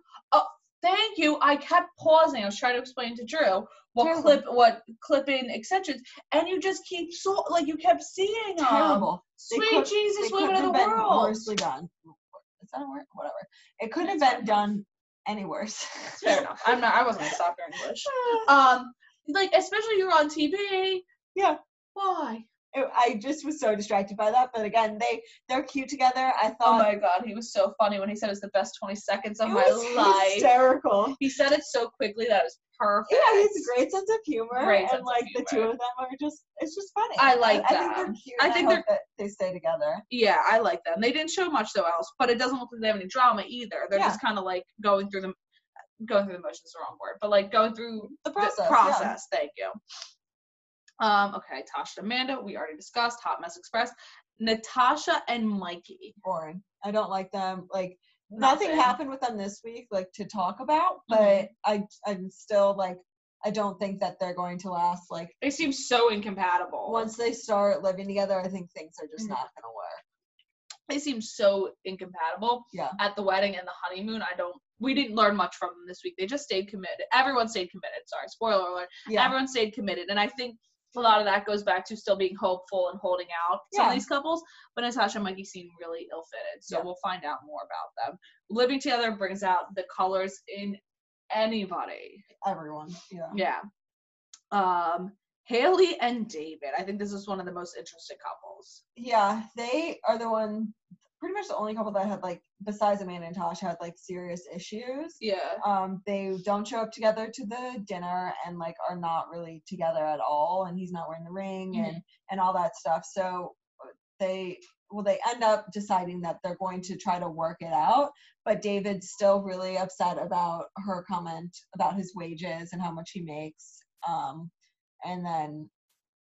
S3: Thank you. I kept pausing. I was trying to explain to Drew what
S4: Terrible.
S3: clip, what clipping extensions, and you just keep so like you kept seeing them.
S4: Terrible. They
S3: Sweet
S4: could-
S3: Jesus,
S4: It
S3: women
S4: couldn't
S3: of the
S4: have been
S3: world.
S4: Worsely done. Is that a word? Whatever. It couldn't have been done any worse.
S3: Fair enough. I'm not. I wasn't gonna stop your English. Um, like especially you're on TV.
S4: Yeah.
S3: Why?
S4: [LAUGHS] It- I just was so distracted by that. But again, they they're cute together. I
S3: Oh
S4: thought
S3: my God, he was so funny when he said it was the best 20 seconds of
S4: it
S3: my
S4: was [LAUGHS]
S3: life.
S4: hysterical.
S3: He said it so quickly that it was perfect.
S4: Yeah, he has a great sense of humor,
S3: Great sense
S4: and
S3: of
S4: like the two
S3: humor.
S4: of them are just—it's just funny.
S3: I like
S4: I, think they're
S3: them.
S4: cute.
S3: I
S4: and I
S3: think
S4: hope that they stay together.
S3: Yeah, I like them. They didn't show much though else, but it doesn't look like they have any drama either. They're
S4: Yeah.
S3: just kind of like going through the going through the motions. The wrong word, but like going through
S4: The process. yeah.
S3: process. Thank you. Um. Okay, Tasha, and Amanda. We already discussed Hot Mess Express. Natasha and Mikey.
S4: boring. I don't like them. Like
S3: Nothing.
S4: nothing, happened with them this week, like to talk about. But I, I'm still like, I don't think that they're going to last. Like
S3: They seem so incompatible.
S4: once they start living together, I think things are just
S3: Mhm.
S4: not going to work.
S3: they seem so incompatible.
S4: Yeah.
S3: At the wedding and the honeymoon, I don't. We didn't learn much from them this week. They just stayed committed. Everyone stayed committed. Sorry, spoiler alert.
S4: Yeah,
S3: everyone stayed committed. And I think a lot of that goes back to still being hopeful and holding out some of
S4: Yeah.
S3: these couples. But Natasha and Mikey seem really ill fitted. So
S4: Yeah.
S3: we'll find out more about them. Living together brings out the colors in anybody.
S4: everyone. Yeah.
S3: Yeah. Um, Haley and David. I think this is one of the most interesting couples.
S4: yeah, they are the one, pretty much the only couple that had like, besides Amanda and Tosh, had like serious issues.
S3: Yeah.
S4: Um, they don't show up together to the dinner and like are not really together at all. And he's not wearing the ring
S3: Mm-hmm.
S4: and and all that stuff. So uh, they well they end up deciding that they're going to try to work it out. But David's still really upset about her comment about his wages and how much he makes. Um, and then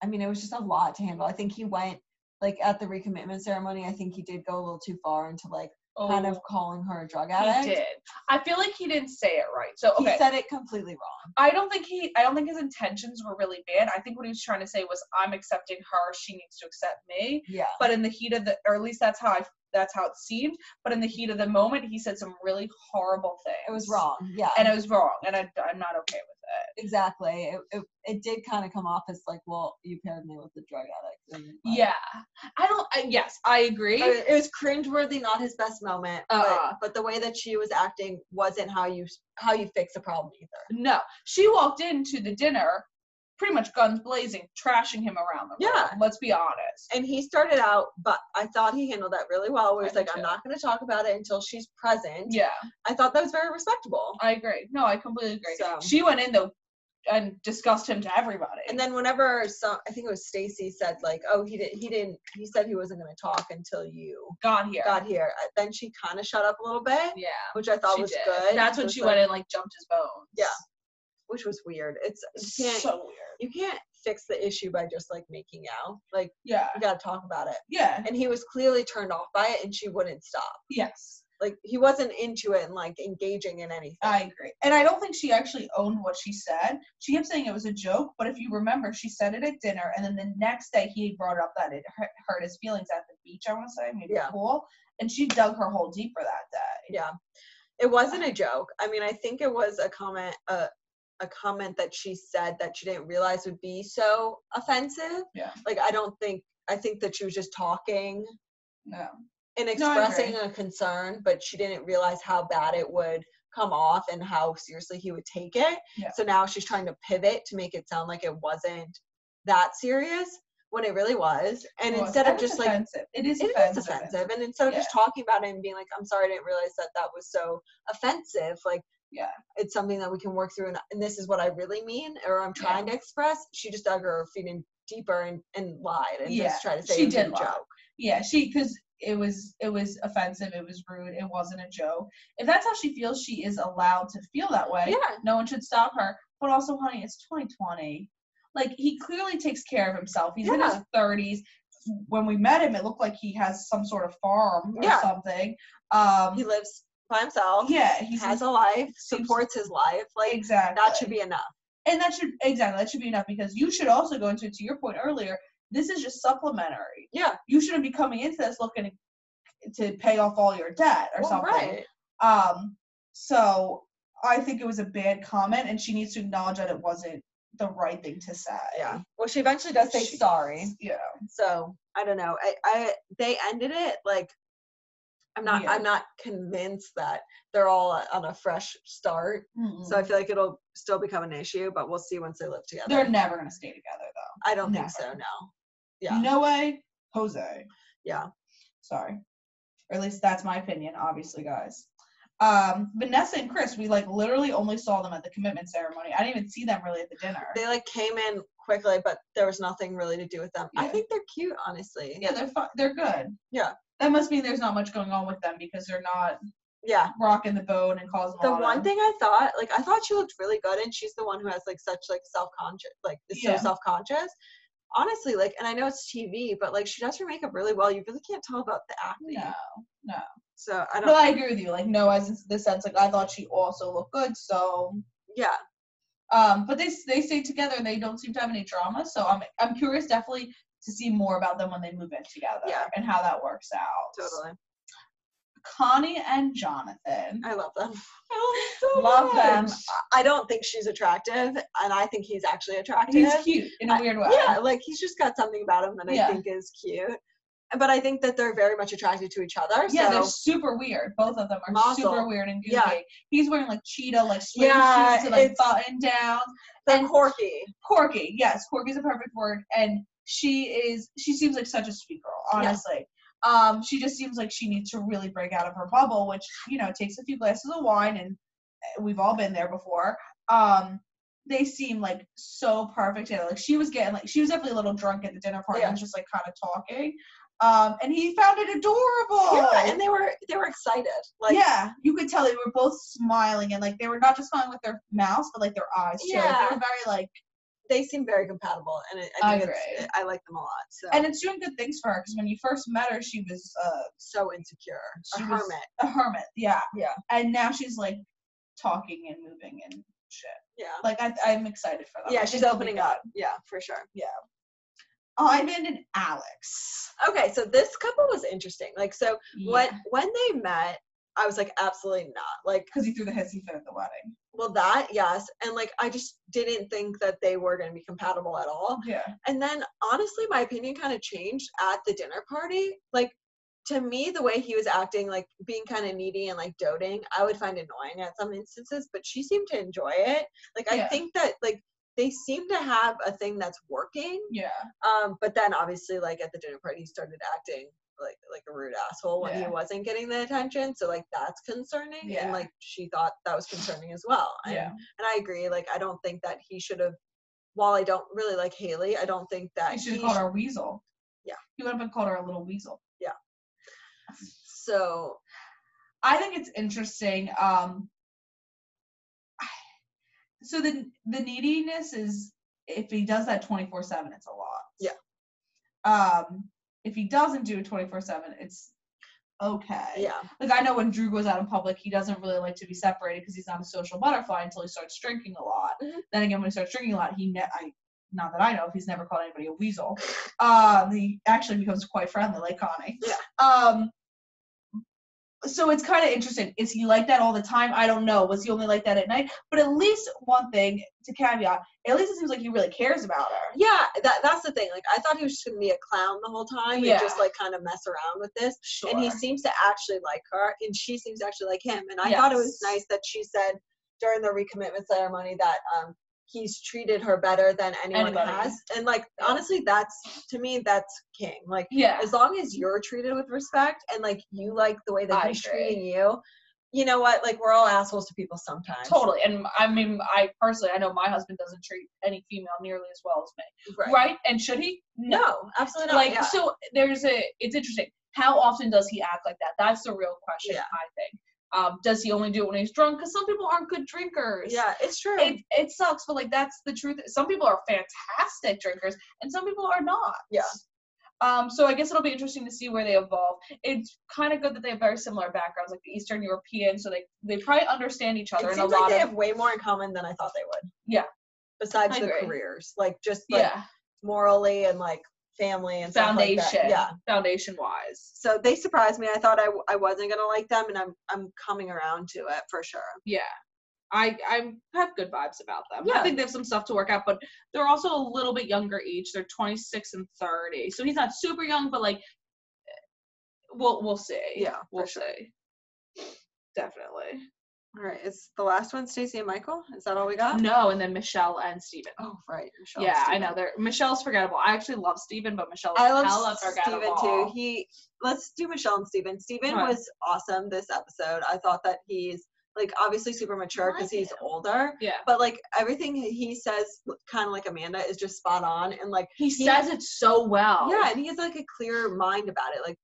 S4: I mean it was just a lot to handle. I think he went like at the recommitment ceremony. I think he did go a little too far into like
S3: Oh,
S4: kind of calling her a drug
S3: he
S4: addict.
S3: did. I feel like he didn't say it right. So okay.
S4: He said it completely wrong.
S3: I don't think he I don't think his intentions were really bad. I think what he was trying to say was I'm accepting her, she needs to accept me.
S4: Yeah.
S3: but in the heat of the or at least that's how I that's how it seemed. But in the heat of the moment, he said some really horrible things.
S4: It was wrong. Yeah.
S3: and it was wrong, and I, I'm not okay with
S4: exactly. It, it, it did kind of come off as like, well, you paired me with a drug addict. And,
S3: it.
S4: like,
S3: Yeah, I don't. I, yes, I agree.
S4: I mean, it was cringeworthy, not his best moment. but-
S3: Uh-uh.
S4: But, the way that she was acting wasn't how you how you fix a problem either.
S3: no, she walked into the dinner pretty much guns blazing, trashing him around the room.
S4: Yeah.
S3: let's be honest.
S4: And he started out, but I thought he handled that really well. Where
S3: I
S4: he's
S3: did
S4: like,
S3: too.
S4: I'm not going to talk about it until she's present.
S3: Yeah,
S4: I thought that was very respectable.
S3: I agree. No, I completely agree.
S4: So-
S3: She went in though and discussed him to everybody.
S4: And then whenever some, I think it was Stacy said like, oh, he didn't, he didn't, he said he wasn't going to talk until you
S3: got here.
S4: got here. I- Then she kind of shut up a little bit,
S3: yeah,
S4: which I thought
S3: she
S4: was
S3: did.
S4: good.
S3: That's when
S4: Just,
S3: she
S4: like,
S3: went in like jumped his bones.
S4: Yeah. Which was weird. It's you can't
S3: so weird.
S4: you can't fix the issue by just like making out. Like
S3: Yeah.
S4: you gotta talk about it.
S3: Yeah.
S4: And he was clearly turned off by it, and she wouldn't stop.
S3: Yes.
S4: Like he wasn't into it and like engaging in anything.
S3: I agree. And I don't think she actually owned what she said. She kept saying it was a joke, but if you remember, she said it at dinner, and then the next day he brought up that it hurt, hurt his feelings at the beach, I want to say, maybe
S4: Yeah.
S3: the pool. And she dug her hole deeper that day.
S4: yeah, it wasn't a joke. I mean, I think it was a comment, a a comment that she said that she didn't realize would be so offensive.
S3: Yeah.
S4: Like I don't think I think that she was just talking
S3: No.
S4: and
S3: No, I agree.
S4: expressing a concern, but she didn't realize how bad it would come off and how seriously he would take it.
S3: Yeah.
S4: So now she's trying to pivot to make it sound like it wasn't that serious when it really was. And
S3: It was-
S4: instead
S3: and
S4: of
S3: it's
S4: just like
S3: offensive. it is
S4: it is
S3: offensive.
S4: offensive, and instead of just talking about it and being like, "I'm sorry, I didn't realize that that was so offensive," like,
S3: Yeah.
S4: it's something that we can work through, and, and this is what I really mean, or I'm trying to express. She just dug her feet in deeper and, and lied and
S3: Yeah,
S4: just tried to say
S3: she
S4: it was
S3: did
S4: a
S3: lie.
S4: joke.
S3: Yeah, she because it was it was offensive, it was rude, it wasn't a joke. If that's how she feels, she is allowed to feel that way.
S4: Yeah,
S3: No one should stop her. But also, honey, it's 2020. Like he clearly takes care of himself. He's in his
S4: Yeah.
S3: 30s. When we met him, it looked like he has some sort of farm or
S4: Yeah.
S3: something. Um,
S4: he lives by himself.
S3: yeah, he
S4: has a life,
S3: seems-
S4: supports his life. Like
S3: exactly.
S4: that should be enough.
S3: and that should exactly that should be enough because you should also go into to your point earlier. This is just supplementary.
S4: Yeah,
S3: You shouldn't be coming into this looking to pay off all your debt or
S4: well,
S3: something.
S4: right.
S3: Um, so I think it was a bad comment, and she needs to acknowledge that it wasn't the right thing to say.
S4: Yeah. Well, she eventually does say
S3: She-
S4: sorry.
S3: Yeah.
S4: So I don't know. I, I they ended it like I'm not
S3: Yeah.
S4: I'm not convinced that they're all on a fresh start. So I feel like it'll still become an issue, but we'll see once they live together.
S3: Mm-hmm. They're never gonna stay together though.
S4: I don't think
S3: never.
S4: so. No. Yeah.
S3: No way, Jose.
S4: Yeah.
S3: Sorry. Or at least that's my opinion, obviously, guys. Um, Vanessa and Chris, we like literally only saw them at the commitment ceremony. I didn't even see them really at the dinner.
S4: They like came in quickly, but there was nothing really to do with them. I
S3: Yeah.
S4: think they're cute, honestly.
S3: yeah, they're fu- they're good.
S4: Yeah.
S3: That must mean there's not much going on with them because they're not
S4: Yeah.
S3: rocking the boat and causing. a
S4: The
S3: lot of-
S4: one thing I thought, like, I thought she looked really good, and she's the one who has like such like self conscious, like is
S3: Yeah.
S4: so self conscious. Honestly, like, and I know it's TV, but like she does her makeup really well. You really can't tell about the acting.
S3: No.
S4: So I don't.
S3: But I agree with you. Like, no, as in the sense, like I thought she also looked good. So,
S4: yeah,
S3: um, but they they stay together and they don't seem to have any drama. So I'm I'm curious, definitely, to see more about them when they move in together
S4: Yeah.
S3: and how that works out.
S4: totally.
S3: Connie and Jonathan.
S4: I love them.
S3: I [LAUGHS] love, them so
S4: Love [LAUGHS] them.
S3: much.
S4: I don't think she's attractive, and I think he's actually attractive.
S3: He's cute in a
S4: I-
S3: weird way.
S4: Yeah, like he's just got something about him that I
S3: Yeah.
S4: think is cute. But I think that they're very much attracted to each other.
S3: Yeah,
S4: so
S3: they're super weird. Both of them are super
S4: Mazel.
S3: weird and goofy.
S4: Yeah.
S3: He's wearing like cheetah, like suede
S4: Yeah,
S3: shoes and like
S4: it's-
S3: button down.
S4: they're
S3: and-
S4: quirky.
S3: Corky, yes, corky's a perfect word, and she is. She seems like such a sweet girl,
S4: Yeah.
S3: honestly. Um, she just seems like she needs to really break out of her bubble, which you know takes a few glasses of wine, and eh, we've all been there before. Um, they seem like so perfect. together. Like she was getting like she was definitely a little drunk at the dinner party and just like kind of talking. Um, and he found it adorable.
S4: Yeah, and they were they were excited. Like
S3: yeah, you could tell they were both smiling and like they were not just smiling with their mouths, but like their eyes too. Like,
S4: Yeah.
S3: they were very like,
S4: they seem very compatible, and it,
S3: I
S4: I think it's,
S3: agree.
S4: I like them a lot. So
S3: and it's doing good things for her because when you first met her, she was uh,
S4: so insecure,
S3: She
S4: a
S3: was-
S4: hermit.
S3: a hermit. Yeah,
S4: Yeah.
S3: And now she's like talking and moving and shit.
S4: yeah,
S3: Like I, I'm excited for that.
S4: yeah. She's opening up. Yeah, for sure.
S3: Ivan and Alex.
S4: Okay, so this couple was interesting. Like, so when when they met, I was like, absolutely not. Like,
S3: Because he threw the hissy fit at the wedding.
S4: well, that yes, and like, I just didn't think that they were going to be compatible at all.
S3: Yeah.
S4: And then honestly, my opinion kind of changed at the dinner party. Like to me, the way he was acting, like being kind of needy and like doting, I would find annoying at some instances, but she seemed to enjoy it. Like I
S3: Yeah.
S4: think that like they seem to have a thing that's working.
S3: Yeah.
S4: Um, but then obviously like at the dinner party he started acting like like a rude asshole when
S3: Yeah.
S4: he wasn't getting the attention. So like that's concerning.
S3: Yeah.
S4: And like she thought that was concerning as well. And
S3: Yeah.
S4: and I agree, like I don't think that he should have while I don't really like Haley, I don't think that
S3: He should
S4: he
S3: have called her a weasel.
S4: Yeah.
S3: He would have been called her a little weasel.
S4: So
S3: I think it's interesting. Um, so the the neediness is if he does that twenty four seven, it's a lot.
S4: Yeah.
S3: Um, if he doesn't do it twenty four seven, it's okay.
S4: yeah,
S3: Like I know when Drew goes out in public, he doesn't really like to be separated because he's not a social butterfly until he starts drinking a lot.
S4: Mhm.
S3: Then again, when he starts drinking a lot, he ne- I not that I know if he's never called anybody a weasel. Um, he actually becomes quite friendly, like Connie.
S4: Yeah.
S3: Um. So it's kind of interesting. Is he like that all the time? I don't know. Was he only like that at night? But at least one thing to caveat, at least it seems like he really cares about her.
S4: yeah. That that's the thing. Like I thought he was just gonna be a clown the whole time
S3: Yeah.
S4: and just like kind of mess around with this.
S3: Sure.
S4: And he seems to actually like her, and she seems to actually like him. And I thought it was
S3: Yes.
S4: nice that she said during the recommitment ceremony that um he's treated her better than anyone
S3: Anybody.
S4: has. And like honestly, that's to me that's king. Like
S3: yeah.
S4: as long as you're treated with respect and like you like the way that
S3: I
S4: he's
S3: agree.
S4: treating you, you know what? Like we're all assholes to people sometimes.
S3: Totally. And I mean, I personally, I know my husband doesn't treat any female nearly as well as me.
S4: Right.
S3: right? And should he?
S4: No, absolutely not.
S3: Like
S4: yeah.
S3: so, there's a. It's interesting. How often does he act like that? That's the real question,
S4: Yeah.
S3: I think. Um, does he only do it when he's drunk? Because some people aren't good drinkers.
S4: yeah, it's true.
S3: It it sucks, but like that's the truth. Some people are fantastic drinkers, and some people are not.
S4: Yeah.
S3: Um, so I guess it'll be interesting to see where they evolve. It's kind of good that they have very similar backgrounds, like the Eastern European, so they they probably understand each other
S4: it
S3: in a
S4: seems
S3: lot
S4: like they
S3: of
S4: have way more in common than I thought they would.
S3: Yeah.
S4: Besides
S3: I
S4: the
S3: agree.
S4: careers, like just like
S3: yeah
S4: morally and like family and
S3: foundation
S4: Stuff like that. Yeah.
S3: foundation wise.
S4: So they surprised me. I thought I, w- I wasn't gonna like them, and I'm I'm coming around to it for sure.
S3: Yeah. I I have good vibes about them. I
S6: Yeah.
S3: think they have some stuff to work out, but they're also a little bit younger each. They're 26 and 30, so he's not super young, but like, eh, we'll we'll see.
S4: Yeah, for
S3: we'll
S4: sure.
S3: see. Definitely.
S4: All right, it's the last one, Stacey and Michael. Is that all we got?
S3: No, and then Michelle and Steven.
S4: Oh, right. Michelle
S3: yeah, I
S4: Steven.
S3: know. They're Michelle's forgettable. I actually love Steven, but Michelle's
S4: I love
S3: hella
S4: Steven
S3: forgettable.
S4: too. He let's do Michelle and Steven. Steven
S3: Alright.
S4: was awesome this episode. I thought that he's like obviously super mature because
S3: like
S4: he's
S3: him.
S4: older.
S3: yeah.
S4: But like everything he says, kind of like Amanda, is just spot on. And like
S3: He says it so well.
S4: yeah, and he has like a clear mind about it. Like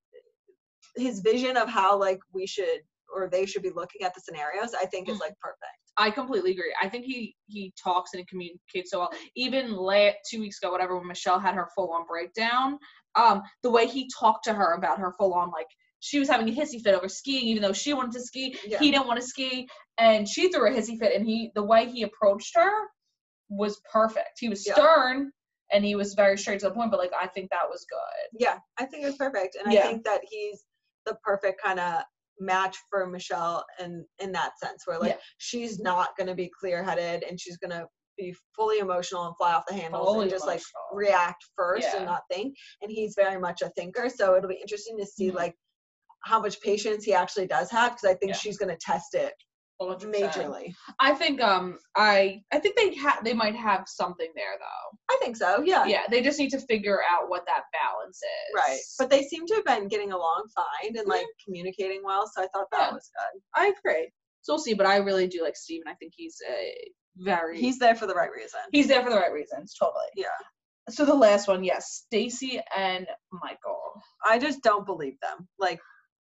S4: his vision of how like we should or they should be looking at the scenarios, I think is
S3: Mm.
S4: like perfect.
S3: I completely agree. I think he he talks and he communicates so well. Even late two weeks ago, whatever, when Michelle had her full on breakdown, um, the way he talked to her about her full on like she was having a hissy fit over skiing, even though she wanted to ski,
S4: Yeah.
S3: he didn't want to ski, and she threw a hissy fit. And he the way he approached her was perfect. He was
S4: Yeah.
S3: stern and he was very straight to the point. But like I think that was good.
S4: Yeah, I think it's perfect, and
S3: Yeah.
S4: I think that he's the perfect kind of match for Michelle, and in that sense, where like
S3: Yeah.
S4: she's not going to be clear-headed, and she's going to be fully emotional and fly off the handles,
S3: Fully
S4: and just like
S3: emotional.
S4: react first
S3: Yeah.
S4: and not think. And he's very much a thinker, so it'll be interesting to see
S3: Mhm.
S4: like how much patience he actually does have, because I think
S3: Yeah.
S4: she's going to test it
S3: 100%.
S4: majorly.
S3: I think um I I think they ha- they might have something there though.
S4: I think so. [LAUGHS] Yeah.
S3: yeah they just need to figure out what that balance is
S4: Right, but they seem to have been getting along fine and like communicating well, so I thought that
S3: Mm-hmm. Yeah.
S4: was good.
S3: i agree so we'll see but i really do like steven i think he's a very
S4: He's there for the right reason.
S3: he's there for the right reasons totally
S4: Yeah.
S3: so the last one yes stacy and michael
S4: I just don't believe them. Like,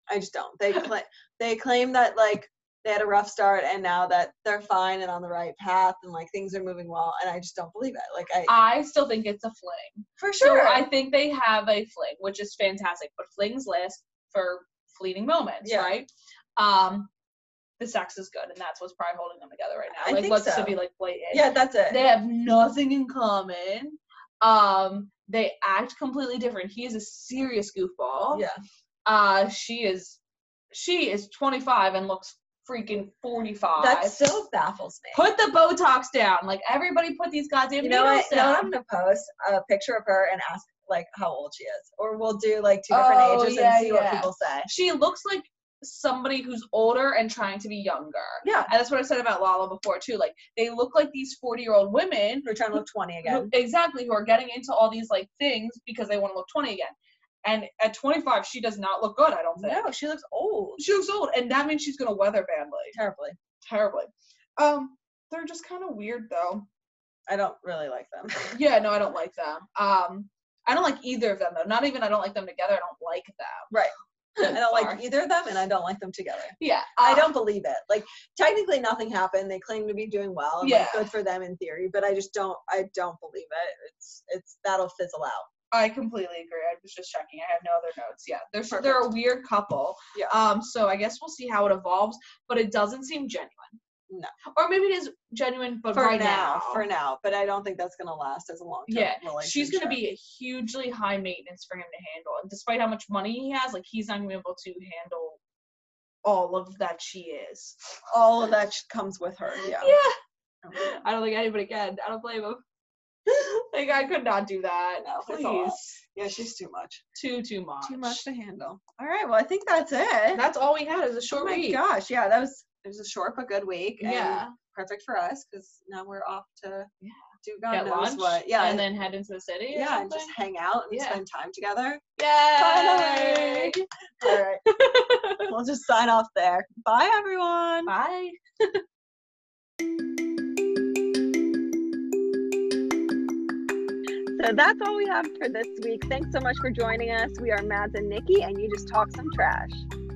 S4: I just don't.
S3: [LAUGHS]
S4: They claim they claim that like they had a rough start and now that they're fine and on the right path and like things are moving well, and I just don't believe it. Like, I
S3: i still think it's a fling
S4: for
S3: so i think they have a fling which is fantastic but flings last for fleeting moments
S4: Yeah.
S3: right um the sex is good and that's what's probably holding them together right now
S4: I
S3: like
S4: think
S3: let's
S4: so.
S3: to be like blatant
S4: yeah, that's it.
S3: They have nothing in common. Um, they act completely different. He is a serious goofball.
S4: yeah,
S3: Uh, she is, she is 25 and looks freaking 45.
S4: that still baffles me.
S3: Put the Botox down. Like everybody, put these goddamn
S4: you know what?
S3: needles
S4: You know
S3: down.
S4: what I'm gonna post a picture of her and ask like how old she is, or we'll do like two different
S3: Oh,
S4: ages
S3: yeah,
S4: and see
S3: yeah.
S4: what people say.
S3: she looks like somebody who's older and trying to be younger.
S4: Yeah,
S3: And that's what I said about Lala before too. Like they look like these 40 year old women
S4: we're trying to look 20
S3: who-
S4: again.
S3: exactly who are getting into all these like things because they want to look 20 again and at 25 she does not look good i don't think
S4: No, she looks old.
S3: she looks old and that means she's going to weather badly
S4: Terribly.
S3: terribly um they're just kind of weird though
S4: I don't really like them.
S3: yeah no i don't like them um i don't like either of them though not even i don't like them together i don't like them [LAUGHS]
S4: I don't like
S3: Sorry.
S4: either of them, and I don't like them together.
S3: yeah
S4: I
S3: uh,
S4: don't believe it. Like technically nothing happened. They claim to be doing well. And,
S3: Yeah.
S4: Like, good for them in theory, but I just don't. I don't believe it. It's it's that'll fizzle out.
S3: i completely agree i was just checking i have no other notes yeah they're s- they're a
S4: Perfect.
S3: weird couple
S4: Yeah.
S3: um so i guess we'll see how it evolves but it doesn't seem genuine
S4: No.
S3: or maybe it is genuine but
S4: for
S3: right
S4: now, For now, but I don't think that's gonna last as a long term
S3: Yeah,
S4: relationship.
S3: she's going to be hugely high maintenance for him to handle. And despite how much money he has, like he's not going to be able to handle all of that she is.
S4: all of that sh- comes with her. Yeah.
S3: Yeah, I don't think anybody can. I don't blame him. [LAUGHS] like I could not do that.
S4: No, it's a lot.
S3: please,
S4: Yeah, she's too much.
S3: too too much.
S4: Too much to handle. All right. Well, I think that's it.
S3: That's all we had is a short
S4: oh my
S3: week.
S4: gosh. Yeah, that was it was a short but good week. and
S3: Yeah,
S4: Perfect for us because now we're off to
S3: Yeah.
S4: do God
S3: get
S4: knows
S3: lunch.
S4: what. Yeah.
S3: and then head into the city. or
S4: yeah, and just
S3: something.
S4: hang out and
S3: Yeah.
S4: spend time together.
S3: Yay!
S4: All right. we'll just sign off there. Bye, everyone.
S3: Bye.
S4: So that's all we have for this week. Thanks so much for joining us. We are Mads and Nikki, and you just talk some trash.